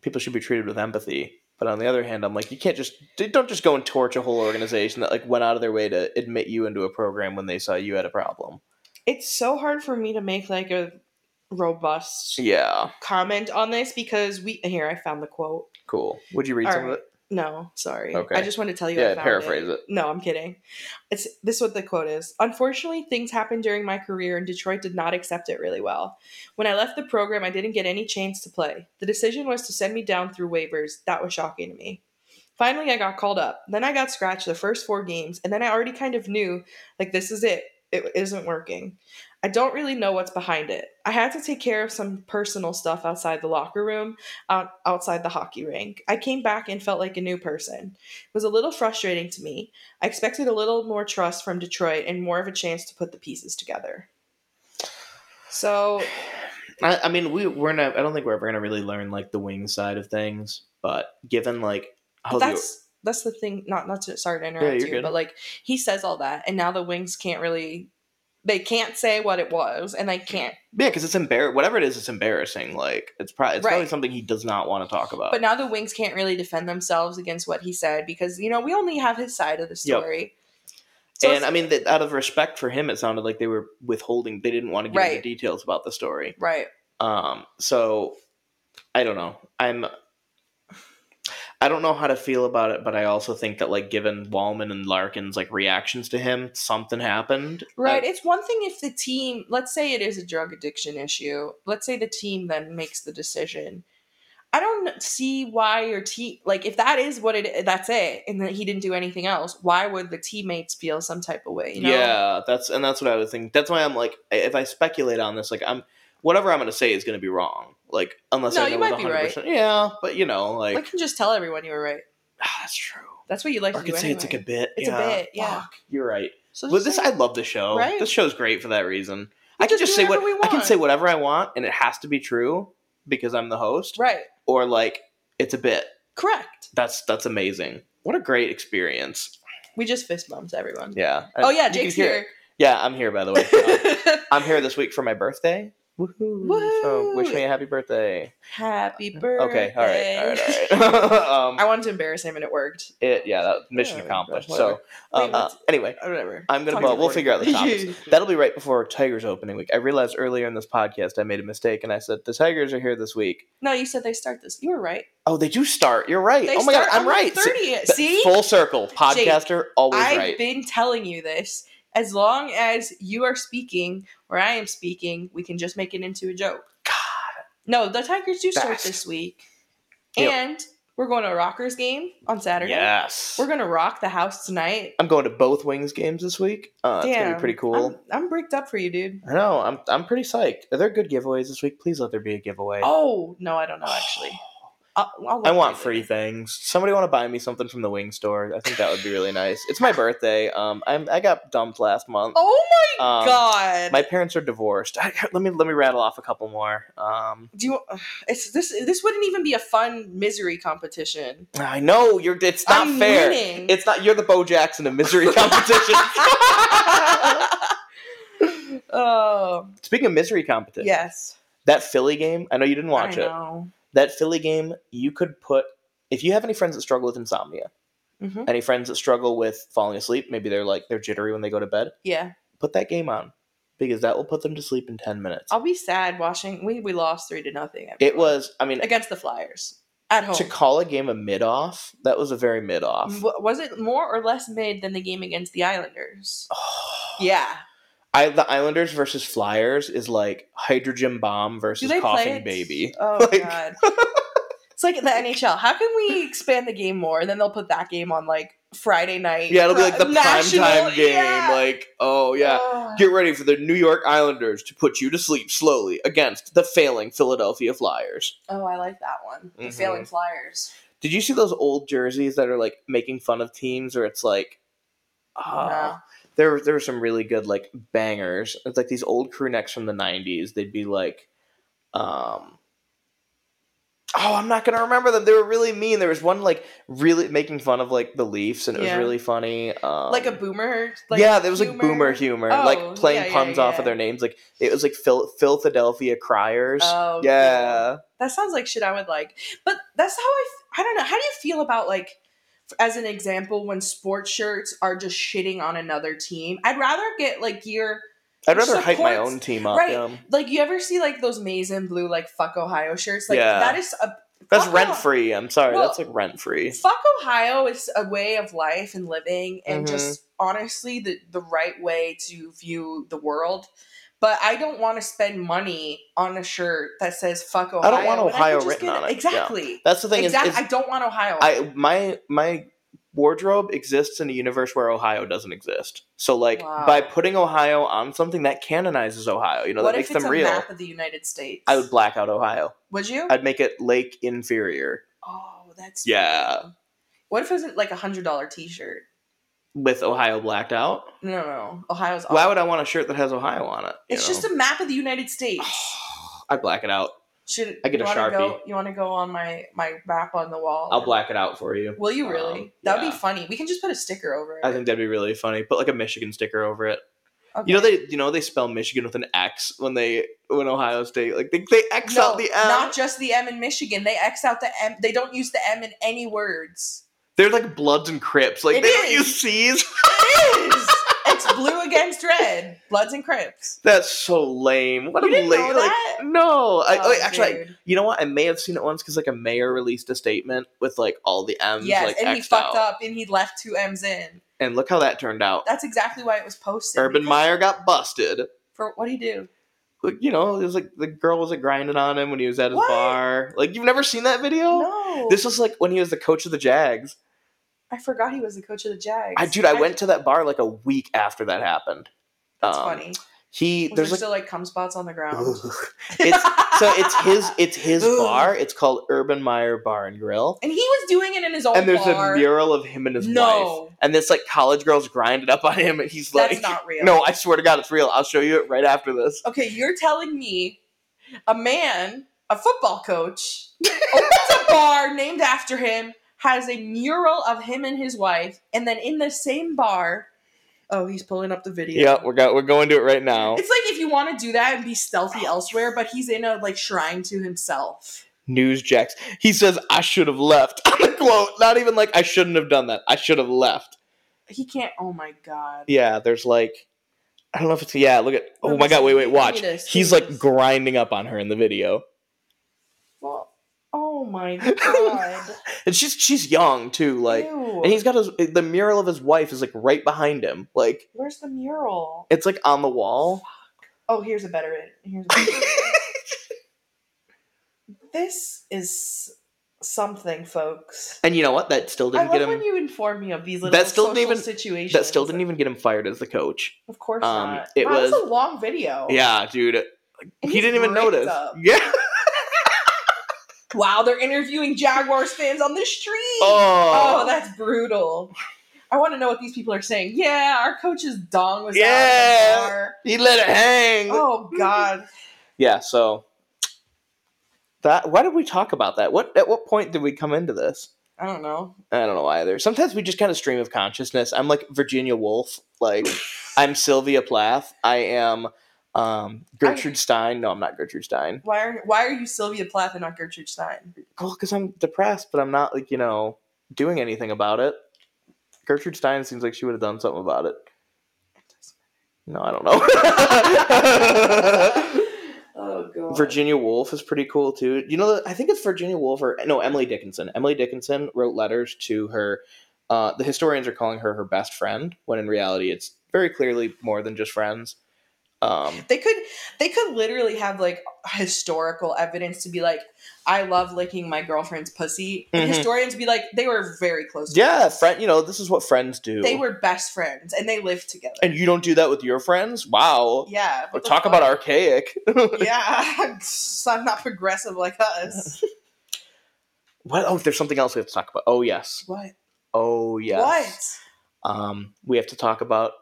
A: people should be treated with empathy. But on the other hand, I'm like, you can't just don't just go and torch a whole organization that like went out of their way to admit you into a program when they saw you had a problem.
B: it's so hard for me to make like a robust
A: Yeah,
B: comment on this because we here I found the quote.
A: cool. Would you read
B: All
A: some of
B: right.
A: it?
B: No, sorry.
A: Okay.
B: I just want to tell you. I
A: Yeah,
B: found
A: paraphrase it.
B: No, I'm kidding. It's this is what the quote is. Unfortunately, things happened during my career and Detroit did not accept it really well. When I left the program, I didn't get any chance to play. The decision was to send me down through waivers. That was shocking to me. Finally, I got called up. Then I got scratched the first four games, and then I already kind of knew like this is it. It isn't working. I don't really know what's behind it. I had to take care of some personal stuff outside the locker room, out, outside the hockey rink. I came back and felt like a new person. It was a little frustrating to me. I expected a little more trust from Detroit and more of a chance to put the pieces together. So,
A: I, I mean, we we're not. I don't think we're ever gonna really learn like the wing side of things. But given like
B: but that's that's the thing. Not not to sorry to
A: Yeah,
B: interrupt
A: you're
B: you,
A: good.
B: but like he says all that, and now the wings can't really. They can't say what it was, and they can't.
A: yeah, because it's embarrassing. Whatever it is, it's embarrassing. Like it's probably it's probably
B: Right.
A: something he does not want to talk about.
B: But now the wings can't really defend themselves against what he said because you know we only have his side of the
A: Yep.
B: story.
A: and
B: it's-
A: I mean, that out of respect for him, it sounded like they were withholding. They didn't want to give him
B: Right.
A: the details about the story.
B: right,
A: Um, so I don't know. I'm I don't know how to feel about it, but I also think that like given Wallman and Larkin's like reactions to him, something happened.
B: right. it's one thing if the team, let's say it is a drug addiction issue. Let's say the team then makes the decision. I don't see why your team, like if that is what it, that's it, and that he didn't do anything else. Why would the teammates feel some type of way? You know?
A: Yeah, that's and that's what I was thinking. That's why I'm like, if I speculate on this, like I'm whatever I'm gonna say is gonna be wrong. Like unless
B: No,
A: I know
B: you
A: with
B: might be
A: 100%. Yeah, but you know, like,
B: I can just tell everyone you were right.
A: ah, that's true.
B: That's what you like
A: Or I
B: to do.
A: could say it's like a
B: anyway.
A: bit.
B: It's a
A: yeah.
B: bit, yeah.
A: Fuck, you're right.
B: So
A: Well,
B: just
A: this
B: say-
A: I love the show.
B: Right?
A: This show's great for that reason. I can
B: just
A: just
B: do
A: say what
B: whatever we
A: I can
B: want.
A: say whatever I want, and it has to be true because I'm the host.
B: right,
A: Or like it's a bit.
B: correct.
A: That's that's amazing. What a great experience.
B: We just fist bumps everyone.
A: Yeah.
B: Oh
A: And
B: yeah,
A: you can
B: Jake's
A: hear it.
B: here.
A: Yeah, I'm here by the way. Uh, I'm here this week for my birthday. Woohoo! So
B: Woohoo.
A: wish me a happy birthday.
B: Happy birthday.
A: Uh, Okay. All right. All right. All right. um,
B: I wanted to embarrass him and it worked.
A: it, yeah. That, mission
B: Yeah,
A: accomplished.
B: whatever.
A: So um,
B: Wait, what's-
A: anyway,
B: Or whatever.
A: I'm gonna.
B: Talk
A: Well,
B: to
A: we'll
B: the
A: figure out the
B: board.
A: topics. That'll be right before Tigers opening week. I realized earlier in this podcast I made a mistake and I said the Tigers are here this week.
B: no, you said they start this. You were right.
A: Oh, they do start. You're right.
B: They
A: oh my god,
B: start
A: I'm
B: on
A: right.
B: The
A: See-
B: 30th.
A: th-
B: See?
A: full circle. Podcaster always
B: I've
A: right.
B: been telling you this. As long as you are speaking or I am speaking, we can just make it into a joke.
A: God.
B: No, the Tigers do start
A: Fast.
B: this week.
A: Yep.
B: And we're going to a Rockers game on Saturday.
A: Yes.
B: We're going to rock the house tonight.
A: I'm going to both Wings games this week. Uh, it's gonna
B: Damn.
A: be pretty cool.
B: I'm, I'm bricked up for you, dude.
A: i know. I'm I'm pretty psyched. Are there good giveaways this week? Please let there be a giveaway.
B: Oh, no, I don't know, actually. I'll, I'll look
A: I want
B: later.
A: free things. Somebody want to buy me something from the wing store? I think that would be really nice. It's my birthday. Um, I'm, I got dumped last month.
B: Oh my
A: Um,
B: god.
A: My parents are divorced. let me let me rattle off a couple more. Um,
B: do you, it's this this wouldn't even be a fun misery competition.
A: I know you're. It's not
B: I'm
A: fair.
B: winning.
A: It's not. You're the Bo Jackson of misery competition.
B: oh
A: Speaking of misery competition,
B: yes.
A: that Philly game. I know you didn't watch
B: I
A: it.
B: know.
A: That Philly game. You could put if you have any friends that struggle with insomnia,
B: Mhm.
A: any friends that struggle with falling asleep. Maybe they're like they're jittery when they go to bed.
B: Yeah.
A: Put that game on because that will put them to sleep in ten minutes.
B: I'll be sad watching we we lost three to nothing.
A: it was. I mean,
B: against the Flyers. At home.
A: to call a game a mid off. That was a very mid off.
B: W- was it more or less mid than the game against the Islanders?
A: Oh,
B: Yeah.
A: I the Islanders versus Flyers is like hydrogen bomb
B: Do
A: versus
B: they play
A: coughing
B: it?
A: baby.
B: Oh
A: Like-
B: god. It's like the NHL. How can we expand the game more? And then they'll put that game on like Friday night.
A: Yeah, it'll be like the
B: pri- national-
A: primetime game.
B: yeah.
A: Like, oh yeah.
B: Ugh.
A: Get ready for the New York Islanders to put you to sleep slowly against the failing Philadelphia Flyers.
B: Oh, I like that one. The
A: Mhm.
B: Failing Flyers.
A: Did you see those old jerseys that are like making fun of teams or it's like oh
B: No.
A: there there were some really good like bangers. It's like these old crew necks from the nineties. They'd be like um Oh, I'm not gonna remember them. They were really mean. There was one like really making fun of like the Leafs, and it
B: Yeah.
A: was really funny. Um,
B: like a boomer. Like
A: yeah, there was like boomer humor,
B: Oh,
A: like playing
B: yeah, yeah,
A: puns off of
B: yeah.
A: their names. Like it was like Phil- Philadelphia Criers.
B: Oh,
A: yeah,
B: That sounds like shit I would like. But that's how I. f- I don't know. How do you feel about like, f- as an example, when sports shirts are just shitting on another team? I'd rather get like gear.
A: I'd rather hype my
B: Supports-
A: own team up.
B: right.
A: yeah.
B: Like you ever see like those maize and blue like fuck Ohio shirts? Like
A: Yeah.
B: that is a
A: That's
B: Fuck
A: rent
B: off.
A: free. I'm sorry,
B: Oh, Well-
A: that's like rent free.
B: fuck Ohio is a way of life and living and
A: Mhm.
B: just honestly the, the right way to view the world. But I don't want to spend money on a shirt that says fuck Ohio.
A: don't want
B: when could
A: Ohio
B: just
A: written
B: get-
A: on it. Yeah.
B: Exactly.
A: That's the thing is,
B: Exactly.
A: is
B: I don't want Ohio.
A: I my my wardrobe exists in a universe where Ohio doesn't exist. So like
B: Wow.
A: by putting Ohio on something that canonizes Ohio, you know,
B: what
A: that makes
B: if it's
A: them
B: a
A: real.
B: map of the United States?
A: I would black out Ohio.
B: Would you?
A: I'd make it Lake Inferior
B: oh, that's
A: Yeah.
B: cool. What if it was like a hundred dollar T-shirt?
A: with Ohio blacked out.
B: No, no, no. Ohio's.
A: Why
B: awesome.
A: would I want a shirt that has Ohio on it?
B: Oh. it's just a map of the United States.
A: I'd black it out.
B: Should
A: I get
B: you
A: a
B: wanna Go,
A: Sharpie.
B: you want to go on my my map on the wall?
A: I'll black it out for you.
B: Will you really?
A: Um,
B: that would
A: yeah.
B: be funny. We can just put a sticker over it.
A: I think that'd be really funny. Put like a Michigan sticker over it.
B: Okay.
A: You know they you know they spell Michigan with an X when they when Ohio State like they, they X out the M.
B: Not just the M in Michigan. They X out the M. They don't use the M in any words.
A: They're like Bloods and Crips. Like
B: It
A: they don't
B: is.
A: use C's.
B: It is. it's blue against red. Bloods and Crips.
A: That's so lame. What
B: You
A: a
B: didn't
A: lame.
B: know that?
A: Like, no, I,
B: Oh,
A: wait, actually, I-
B: dude.
A: you know what? I may have seen it once because like a mayor released a statement with like all the M's
B: yes,
A: like
B: and he
A: X'd
B: fucked
A: out.
B: up and he left two M's in.
A: and look how that turned out.
B: That's exactly why it was posted.
A: Urban
B: because-
A: Meyer got busted.
B: for what he do?
A: Like, You know, it was like the girl was like grinding on him when he was at his
B: What?
A: bar. Like you've never seen that video?
B: No,
A: Oh, This was like when he was the coach of the Jags.
B: I forgot he was the coach of the Jags.
A: I dude, I went to that bar like a week after that happened.
B: That's
A: Um,
B: funny.
A: He
B: Was there
A: there's like
B: still like cum spots on the ground?
A: it's so it's his it's his
B: Ugh.
A: bar. It's called Urban Meyer Bar and Grill.
B: and he was doing it in his own.
A: And there's
B: Oh, bar.
A: a mural of him and his
B: No.
A: wife. And this like college girl's grinded up on him and he's like
B: That's not real.
A: No, I swear to God it's real. I'll show you it right after this.
B: Okay, you're telling me a man, a football coach, opens a bar named after him, has a mural of him and his wife, and then in the same bar, oh, he's pulling up the video.
A: Yeah, we're go- we're going to it right now.
B: It's like if you want to do that and be stealthy elsewhere, but he's in a like shrine to himself.
A: News jacks. He says I should have left. Quote. Not even like I shouldn't have done that. I should have left.
B: He can't. Oh my god.
A: Yeah, there's like I don't know if it's yeah, look at oh my god, wait, wait, watch.
B: Hiatus,
A: He's like
B: hiatus.
A: grinding up on her in the video.
B: Well, oh my god.
A: And she's she's young too, like
B: Ew.
A: and he's got his the mural of his wife is like right behind him. Like
B: Where's the mural?
A: it's like on the wall.
B: Oh, here's a better. Here's a better this is something, folks.
A: and you know what? That still
B: I
A: didn't
B: love
A: get him
B: when you inform me of these little
A: That still
B: social
A: didn't even-
B: situations.
A: that still didn't even get him fired as the coach.
B: Of course
A: um,
B: not.
A: it
B: Wow, that
A: was-
B: a long video.
A: Yeah, dude.
B: Oh. And
A: He
B: he's
A: didn't even
B: ripped
A: notice.
B: up.
A: Yeah.
B: Wow, they're interviewing Jaguars fans on the street. Oh,
A: Oh.
B: that's brutal. I want to know what these people are saying. Yeah, our coach's dong was
A: Yeah.
B: out. at
A: he let it
B: the
A: hang.
B: bar. Oh God.
A: Yeah, so that why did we talk about that? What at what point did we come into this?
B: I don't know.
A: I don't know either. Sometimes we just kind of stream of consciousness. I'm like Virginia Woolf. Like I'm Sylvia Plath. I am um, Gertrude Stein. No, I'm not Gertrude Stein.
B: Why are Why are you Sylvia Plath and not Gertrude Stein?
A: Well, because I'm depressed, but I'm not like you know doing anything about it. Gertrude Stein seems like she would have done something about it. No, I don't know.
B: oh God.
A: Virginia Woolf is pretty cool too. You know, I think it's Virginia Woolf or no Emily Dickinson. Emily Dickinson wrote letters to her. Uh, the historians are calling her her best friend, when in reality, it's very clearly more than just friends. Um,
B: They could they could literally have like historical evidence to be like, I love licking my girlfriend's pussy. And
A: Mhm.
B: historians be like, they were very close.
A: yeah,
B: friends.
A: friend. You know, this is what friends do.
B: They were best friends and they lived together.
A: and you don't do that with your friends. Wow,
B: yeah. what the
A: talk
B: fuck?
A: about archaic.
B: yeah. so I'm not progressive like us.
A: What? Oh, there's something else we have to talk about. Oh yes.
B: What?
A: Oh yes. um, we have to talk about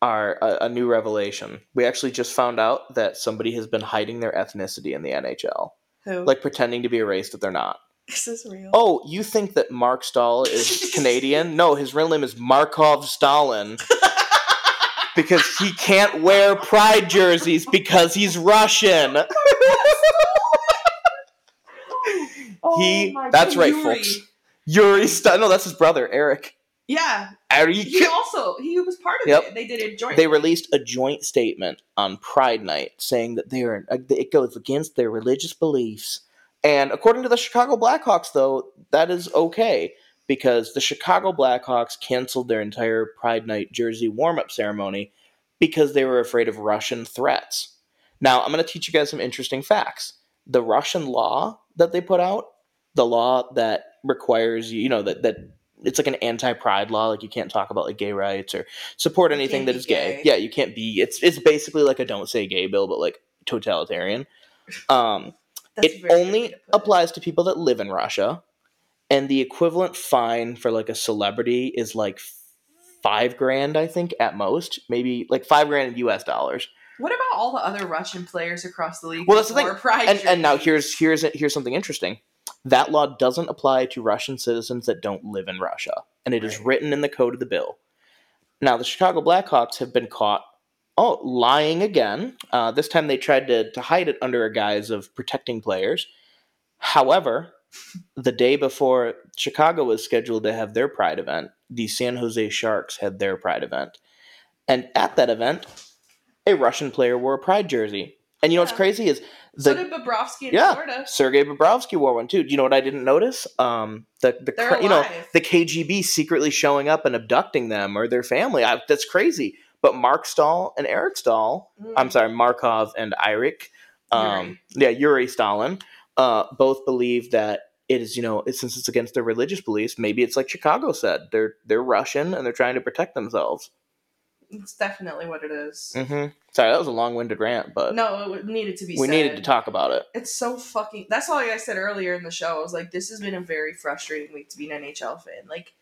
A: our a, a new revelation. We actually just found out that somebody has been hiding their ethnicity in the NHL,
B: What? Who?
A: like pretending to be a race that they're not.
B: this is real.
A: Oh, you think that Mark Stahl is Canadian? No, his real name is Markov Stalin. Because he can't wear pride jerseys because he's Russian. he-
B: my
A: that's
B: God.
A: right, folks. Yuri Stalin. No, that's his brother, Eric.
B: Yeah.
A: Eric.
B: He also he was part of
A: Yep.
B: it. They did it jointly.
A: they released a joint statement on Pride Night saying that they are uh, it goes against their religious beliefs. And according to the Chicago Blackhawks, though, that is okay because the Chicago Blackhawks canceled their entire Pride Night jersey warm-up ceremony because they were afraid of Russian threats. Now, I'm going to teach you guys some interesting facts. The Russian law that they put out, the law that requires you know that that it's like an anti-pride law like you can't talk about like gay rights or support
B: You
A: anything
B: can't
A: that
B: be
A: is gay.
B: gay.
A: yeah you can't be it's it's basically like a don't say gay bill but like totalitarian um
B: That's a
A: it
B: very good way
A: only
B: to put it.
A: applies to people that live in russia and the equivalent fine for like a celebrity is like f- five grand i think at most maybe like five grand in us dollars
B: What about all the other Russian players across the league?
A: Well, that's the
B: who
A: thing.
B: are Pride
A: and, and now
B: jerseys?
A: here's here's here's something interesting. That law doesn't apply to Russian citizens that don't live in Russia, and it is
B: Right.
A: written in the code of the bill. Now, the Chicago Blackhawks have been caught oh lying again. Uh, this time they tried to to hide it under a guise of protecting players. However, the day before Chicago was scheduled to have their Pride event, the San Jose Sharks had their Pride event, and at that event, a Russian player wore a Pride jersey. And you know what's
B: Yeah.
A: crazy is
B: so
A: the
B: did Bobrovsky and
A: Yeah.
B: Florida.
A: Sergei Bobrovsky wore one too. Do you know what I didn't notice? Um, the the
B: They're
A: cr-
B: alive.
A: you know the KGB secretly showing up and abducting them or their family. I, that's crazy. But Mark Stahl and Eric Stahl,
B: Mm.
A: I'm sorry, Markov and Eirik, um,
B: Yuri.
A: yeah, Yuri Stalin, uh, both believe that it is you know it, since it's against their religious beliefs, maybe it's like Chicago said they're they're Russian and they're trying to protect themselves.
B: It's definitely what it is.
A: hmm Sorry, that was a long winded rant, but
B: Mm-hmm. No, it needed to be.
A: we
B: said.
A: needed to talk about it.
B: It's so fucking. That's all I said earlier in the show. I was like, this has been a very frustrating week to be an NHL fan. Like,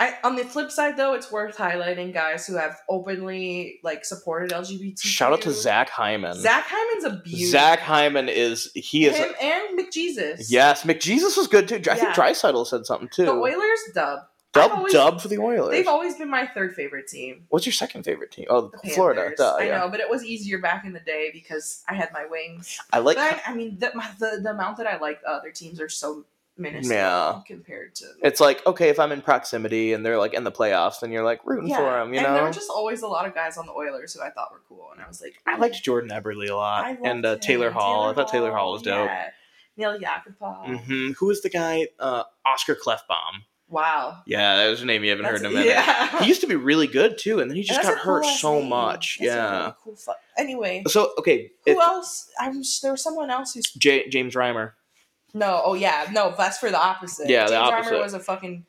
B: I on the flip side though, it's worth highlighting guys who have openly like supported LGBT.
A: Shout out to Zach Hyman.
B: Zach Hyman's a beauty.
A: Zach Hyman is he is
B: him and McJesus.
A: yes. McJesus was good too. I think
B: Yeah.
A: Drysaddle said something too.
B: the Oilers dub.
A: dub
B: I've always-
A: dub for the Oilers.
B: They've always been my third favorite team.
A: What's your second favorite team? Oh,
B: the
A: Florida.
B: Panthers.
A: Duh,
B: I
A: yeah.
B: know, but it was easier back in the day because I had my wings.
A: I like.
B: But I, I mean, the, my, the the amount that I like the other teams are so minuscule
A: Yeah.
B: compared to.
A: It's like okay, if I'm in proximity and they're like in the playoffs, then you're like rooting for 'em, for them. You
B: and there were
A: know.
B: just always a lot of guys on the Oilers who I thought were cool, and I was like,
A: I liked Jordan Eberle a lot,
B: loved
A: and uh,
B: him.
A: Taylor Hall. I thought Taylor Hall was dope.
B: yeah. Neil Yakupov.
A: Mm-hmm. Who was the guy? Uh, Oscar Clefbaum.
B: Wow.
A: Yeah, that was a name you haven't heard
B: That's-
A: in a minute.
B: Yeah.
A: He used to be really good too, and then he
B: And
A: just
B: that's
A: got
B: a
A: hurt
B: cool-ass
A: so
B: name.
A: much.
B: That's a
A: yeah.
B: really cool fu- anyway,
A: So okay,
B: who
A: it,
B: else? I'm sh- there was someone else who's
A: J- James Reimer.
B: no. Oh yeah, no. That's for the opposite.
A: Yeah,
B: James
A: the
B: Reimer
A: opposite.
B: was a fucking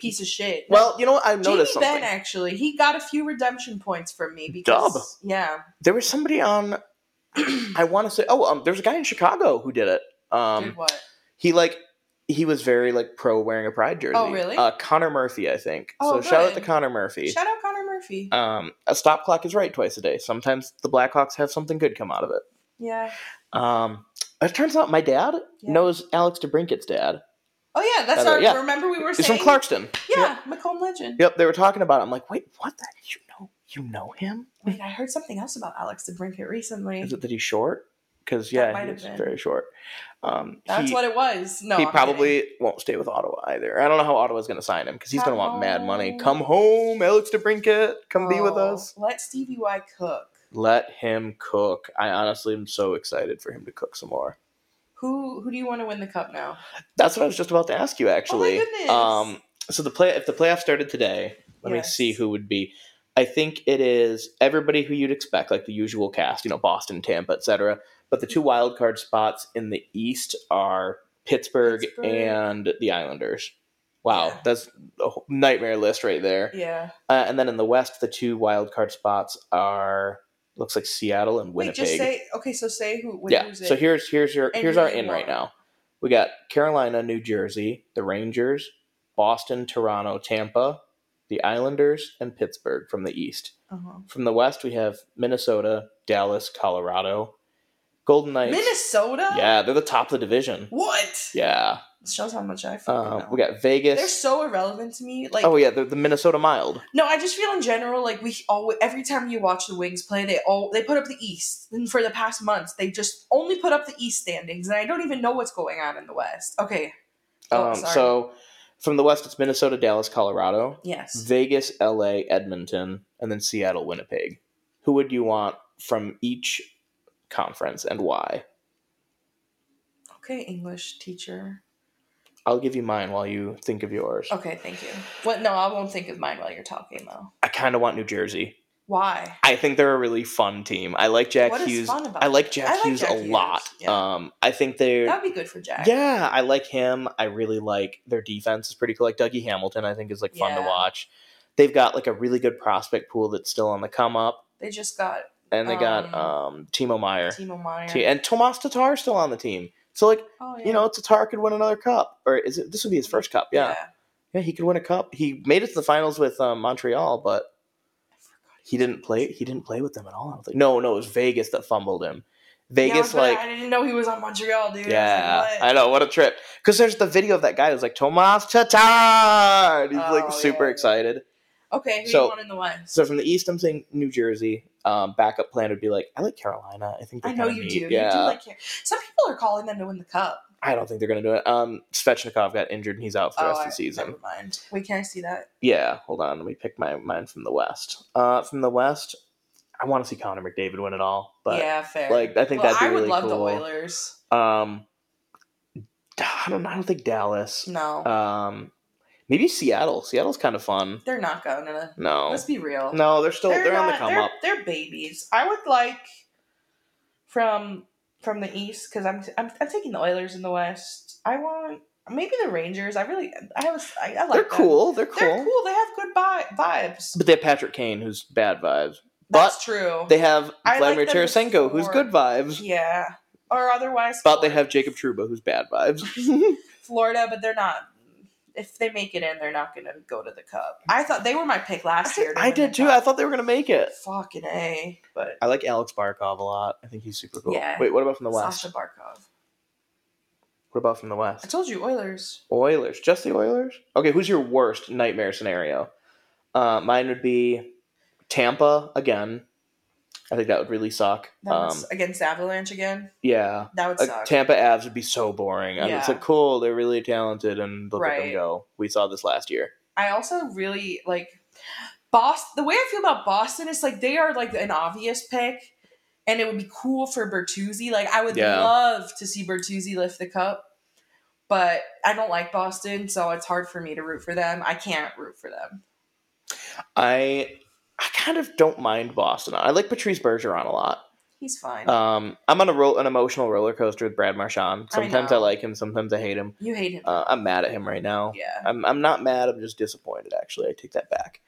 B: piece of shit. No,
A: Well, you know what? I noticed
B: Jamie
A: something.
B: Ben actually, he got a few redemption points from me because
A: Dub.
B: yeah,
A: there was somebody on. I want to say, oh, um, there's a guy in Chicago who did it.
B: did
A: Um,
B: what?
A: he like he was very like pro wearing a pride jersey.
B: Oh, really?
A: Uh, Connor Murphy, I think.
B: Oh,
A: so shout out
B: good.
A: to Connor Murphy.
B: Shout out Connor Murphy.
A: um, a stop clock is right twice a day. Sometimes the Blackhawks have something good come out of it.
B: yeah.
A: Um, it turns out my dad
B: Yeah.
A: knows Alex DeBrinket's dad.
B: Oh yeah, that's
A: By the
B: our.
A: way, yeah.
B: Remember we were
A: He's
B: saying
A: from Clarkston.
B: Yeah, Macomb Legend.
A: Yep, they were talking about. It. I'm like, wait, what? That you know, you know him?
B: Wait, I heard something else about Alex DeBrinket recently.
A: Is it that he's short? Because
B: That might
A: yeah,
B: have
A: he's
B: been.
A: very short. Um,
B: That's
A: he-
B: what it was. No,
A: he
B: I'm
A: probably won't stay with Ottawa either. I don't know how Ottawa's going to sign him because he's going to
B: Come
A: want mad money.
B: home.
A: Come home, Alex DeBrinket. Come
B: kidding.
A: be with
B: Oh,
A: us.
B: Let Stevie Y cook.
A: Let him cook. I honestly am so excited for him to cook some more.
B: Who who do you want to win the cup now?
A: That's what I was just about to ask
B: Oh
A: you, actually.
B: goodness.
A: Um, so the play if the playoffs started today, let me
B: Yes.
A: see who would be. I think it is everybody who you'd expect, like the usual cast, you know, Boston, Tampa, etc. But the two wild card spots in the East are Pittsburgh,
B: Pittsburgh.
A: and the Islanders. Wow,
B: Yeah.
A: that's a whole nightmare list right there.
B: Yeah.
A: Uh, and then in the West, the two wild card spots are looks like Seattle and Winnipeg.
B: Wait, just say okay. So say who. Wait,
A: yeah.
B: Who's it?
A: So here's here's your
B: And
A: here's
B: who
A: our
B: you
A: in right
B: want.
A: now. We got Carolina, New Jersey, the Rangers, Boston, Toronto, Tampa, the Islanders, and Pittsburgh from the East.
B: Uh-huh.
A: From the West, we have Minnesota, Dallas, Colorado, Golden Knights.
B: Minnesota.
A: Yeah, they're the top of the division.
B: What?
A: Yeah.
B: Shows how much I fucking
A: Um,
B: know.
A: we got Vegas.
B: They're so irrelevant to me. Like,
A: oh yeah, they're the Minnesota Mild.
B: no, I just feel in general like we always every time you watch the Wings play, they all they put up the East, and for the past months they just only put up the East standings, and I don't even know what's going on in the West. Okay, Oh,
A: um,
B: sorry.
A: so from the West, it's Minnesota, Dallas, Colorado,
B: yes,
A: Vegas, LA, Edmonton, and then Seattle, Winnipeg. Who would you want from each conference and why?
B: okay, English teacher.
A: I'll give you mine while you think of yours.
B: Okay, thank you. What? No, I won't think of mine while you're talking though.
A: I kind of want New Jersey.
B: Why?
A: I think they're a really fun team. I like Jack
B: What is
A: Hughes.
B: fun about
A: I like
B: it?
A: Jack
B: I like
A: Hughes
B: Jack
A: a
B: Hughes,
A: lot.
B: yeah.
A: Um, I think they're
B: That would be good for Jack.
A: yeah, I like him. I really like their defense is pretty cool. Like Dougie Hamilton, I think is like fun to
B: Yeah.
A: watch. They've got like a really good prospect pool that's still on the come up,
B: They just got
A: and they got
B: Um,
A: um Timo Meyer
B: Timo Meyer.
A: T- and Tomas Tatar still on the team. So like
B: oh, yeah.
A: you know, Tatar could win another cup, or is it? This would be his first cup. Yeah, yeah, he could win a cup. He made it to the finals with um, Montreal, but he didn't play. He didn't play with them at all. I don't think. No, no, it was Vegas that fumbled him.
B: Yeah, I
A: Vegas
B: was gonna-
A: like
B: I didn't know he was on Montreal, dude. I
A: yeah,
B: was like,
A: I
B: what?
A: know. What a trip! Because there's the video of that guy who's like Tomas Tatar. and He's
B: Oh,
A: like super
B: yeah.
A: excited.
B: okay, who
A: So-
B: you want in the West?
A: So from the East, I'm saying New Jersey. Um, backup plan would be like I like Carolina. I think they're
B: I know
A: kinda
B: you
A: neat.
B: do.
A: Yeah,
B: You do like Car- some people are calling them to win the cup.
A: I don't think they're gonna do it. Um, Svechnikov got injured and he's out for the rest of
B: Oh, I-
A: the season.
B: Never mind. Wait, can I see that?
A: Yeah, hold on. Let me pick my mine from the West. Uh, from the West, I want to see Connor McDavid win it all, but
B: yeah, fair.
A: like I think
B: well,
A: that'd be
B: I would
A: really
B: love the
A: cool.
B: Oilers.
A: Um, I don't. I don't think Dallas.
B: No,
A: Um, maybe Seattle. Seattle's kind of fun.
B: they're not gonna.
A: No,
B: Let's be real.
A: no, they're still they're, on the
B: not-
A: come
B: they're,
A: up.
B: They're babies. I would like from from the East because I'm, I'm I'm taking the Oilers in the West. I want maybe the Rangers. I really I have a- I, I like
A: They're
B: them.
A: cool. They're cool.
B: They're cool. They have good vi- vibes.
A: But they have Patrick Kane, who's bad vibes.
B: That's true.
A: They have
B: I like
A: Vladimir
B: them
A: Tarasenko, who's
B: before.
A: good vibes.
B: yeah. Or otherwise,
A: But they have Jacob Truba, who's bad vibes.
B: Florida, but they're not. If they make it in, they're not going to go to the Cup. I thought they were my pick last year. to
A: I
B: win
A: did
B: the
A: too. I
B: Cup.
A: thought they were gonna make it.
B: fucking a. But
A: I like Alex Barkov a lot. I think he's super cool.
B: Yeah.
A: Wait, what about from the West?
B: Sasha Barkov.
A: What about from the
B: I
A: West?
B: told you Oilers.
A: Oilers. Just the Oilers? Okay, who's your worst nightmare scenario? Uh, mine would be Tampa again. I think that would really suck.
B: That
A: Um,
B: was against Avalanche again.
A: yeah.
B: That would
A: Uh,
B: suck.
A: Tampa Avs would be so boring. And it's
B: Yeah.
A: like, cool, they're really talented and look at them
B: Right.
A: go. We saw this last year.
B: I also really like Boston. The way I feel about Boston is like they are like an obvious pick, and it would be cool for Bertuzzi. Like I would
A: Yeah.
B: love to see Bertuzzi lift the cup, but I don't like Boston, so it's hard for me to root for them. I can't root for them.
A: I I kind of don't mind Boston. I like Patrice Bergeron a lot.
B: He's fine.
A: Um, I'm on a roll an emotional roller coaster with Brad Marchand.
B: I
A: Sometimes I,
B: know.
A: like him, sometimes I hate him.
B: you hate him.
A: Uh, I'm mad at him right now.
B: yeah.
A: I'm, I'm not mad. I'm just disappointed. Actually, I take that back.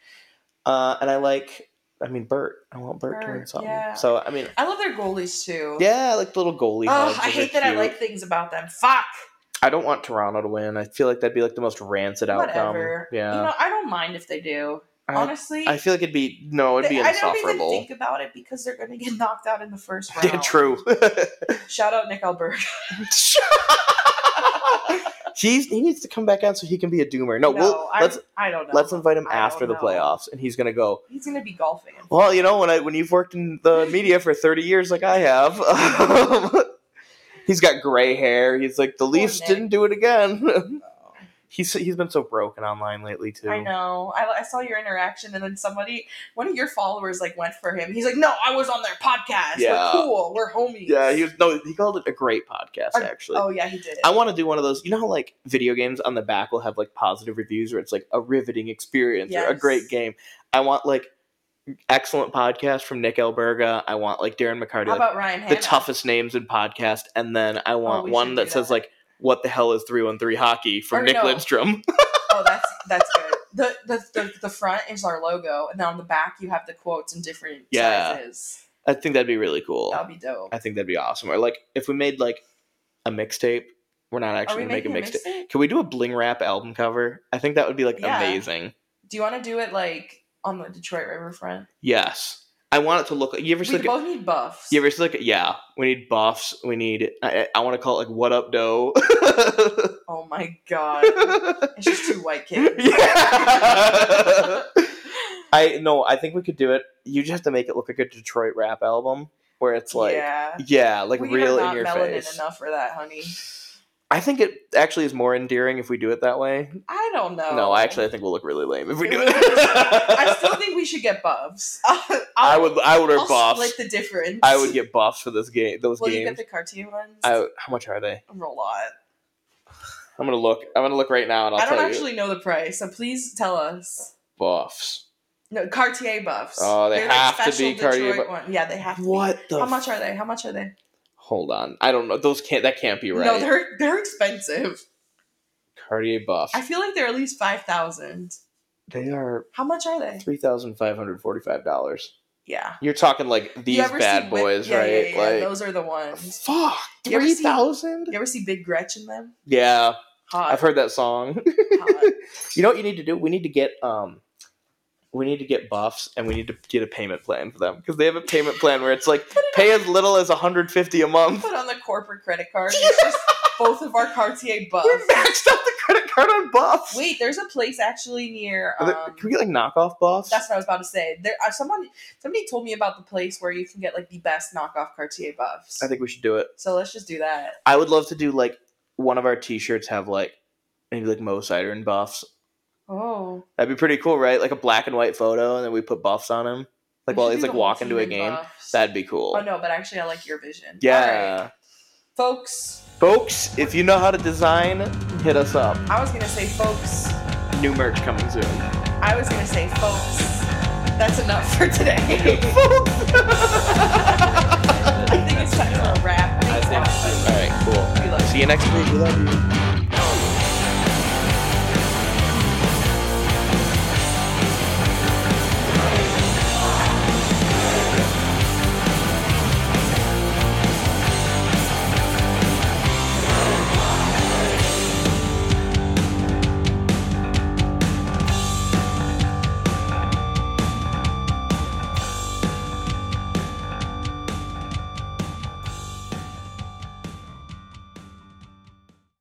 A: Uh, and I like. I mean, Bert. I want Bert, to win
B: Bert,
A: something.
B: yeah.
A: So I mean,
B: I love their goalies too.
A: yeah, I like the little goalie.
B: Ugh,
A: hugs. Those
B: I
A: are
B: hate that I
A: cute.
B: like things about them. Fuck.
A: I don't want Toronto to win. I feel like that'd be like the most rancid outcome.
B: Whatever.
A: Yeah.
B: You know, I don't mind if they do.
A: I-
B: Honestly,
A: I feel like it'd be no, it'd be
B: they- I don't even
A: insufferable.
B: think about it because they're going to get knocked out in the first round.
A: Yeah, true.
B: Shout out Nick Alberg.
A: He's he needs to come back on so he can be a doomer. No, we'll
B: I,
A: let's
B: I don't know.
A: let's invite him
B: I don't
A: after the
B: know.
A: playoffs, and he's gonna go.
B: He's going to be golfing.
A: Well, you know, when I when you've worked in the media for thirty years, like I have, um, he's got gray hair. He's like the Leafs
B: Nick.
A: didn't do it again. he's he's been so broken online lately too.
B: I know. I, I saw your interaction, and then somebody, one of your followers, like went for him. He's like, "No, I was on their podcast.
A: Yeah.
B: We're cool. We're homies."
A: Yeah, he was no. He called it a great podcast.
B: Are-
A: Actually,
B: Oh yeah, he did.
A: I want to do one of those. You know how like video games on the back will have like positive reviews where it's like a riveting experience or a
B: Yes.
A: great game. I want like excellent podcast from Nick Elberga. I want like Darren McCarty,
B: How
A: like,
B: about Ryan?
A: the
B: Hanna?
A: toughest names in podcast, and then I want
B: Oh, we
A: one
B: should
A: that,
B: do
A: says
B: that.
A: like what the hell is three one three hockey from
B: Or
A: Nick
B: no.
A: Lindstrom.
B: Oh, that's that's good. The, the the the front is our logo, and then on the back you have the quotes in different
A: Yeah.
B: sizes.
A: I think that'd be really cool.
B: That'll be dope.
A: I think that'd be awesome. Or like if we made like a mixtape. We're not
B: Are
A: actually
B: we
A: gonna make a
B: making
A: mixtape.
B: mixtape?
A: Can we do a bling rap album cover? I think that would be like
B: Yeah.
A: amazing.
B: Do you want to do it like on the Detroit Riverfront?
A: Yes. I want it to look. You ever
B: We
A: see like,
B: both need buffs.
A: You ever see like yeah? We need buffs. We need. I, I want to call it like what up dough.
B: oh my god, it's just two white kids.
A: yeah. I no. I think we could do it. You just have to make it look like a Detroit rap album where it's like yeah,
B: yeah,
A: like
B: we
A: real
B: are not
A: in your
B: melanin
A: face.
B: enough for that, honey.
A: I think it actually is more endearing if we do it that way.
B: I don't know.
A: No, actually, I think we'll look really lame if we do it.
B: I still think we should get buffs. I'll-
A: I would. I would wear
B: I'll
A: buffs.
B: Split the difference.
A: I would get buffs for this game. Those
B: Will you
A: games.
B: get the cartoon ones?
A: I, how much are they?
B: They're a lot.
A: I'm gonna look. I'm gonna look right now, and I'll
B: I don't
A: tell you.
B: actually know the price, so please tell us.
A: buffs.
B: No, Cartier buffs.
A: Oh, they
B: They're,
A: have to
B: special
A: be Cartier
B: Detroit
A: bu-
B: one. Yeah, they have to be.
A: What the?
B: How much are they? How much are they?
A: Hold on. I don't know. Those can't. That can't be right.
B: No, they're they're expensive.
A: Cartier buff.
B: I feel like they're at least five thousand.
A: they are
B: How much are they?
A: three thousand five hundred forty-five dollars.
B: Yeah.
A: You're talking like
B: You
A: these
B: ever
A: bad
B: see Whip-
A: boys,
B: yeah, yeah,
A: right?
B: yeah,
A: like
B: those are the ones.
A: fuck
B: You ever
A: three
B: seen-
A: thousand.
B: You ever see Big Gretchen them?
A: Yeah,
B: Hot.
A: I've heard that song.
B: hot.
A: you know what you need to do? We need to get um, we need to get buffs, and we need to get a payment plan for them because they have a payment plan where it's like pay as little as one hundred fifty a month.
B: Put on the corporate credit card. It's just both of our Cartier buffs.
A: We maxed out the credit card on buffs.
B: Wait, there's a place actually near.
A: Are
B: Um,
A: there- can we get like knockoff buffs?
B: that's what I was about to say. There, uh, someone, somebody told me about the place where you can get like the best knockoff Cartier buffs.
A: I think we should do it.
B: so let's just do that.
A: I would love to do like one of our T-shirts have like maybe like Mo Cider and buffs.
B: Oh,
A: That'd be pretty cool, right? Like a black and white photo, and then we put buffs on him, like
B: we
A: while
B: should
A: he's
B: do
A: like
B: the whole
A: walking to a
B: team in
A: game.
B: buffs.
A: That'd be cool.
B: Oh no, but actually, I like your vision.
A: Yeah,
B: All right. folks.
A: folks, if you know how to design, hit us up.
B: I was gonna say, folks.
A: New merch coming soon.
B: I was gonna say, folks. That's enough for today. I think it's time for a wrap.
A: I
B: Thanks,
A: think-
B: Alex.
A: all right, cool.
B: We love you.
A: See you next week. We love you.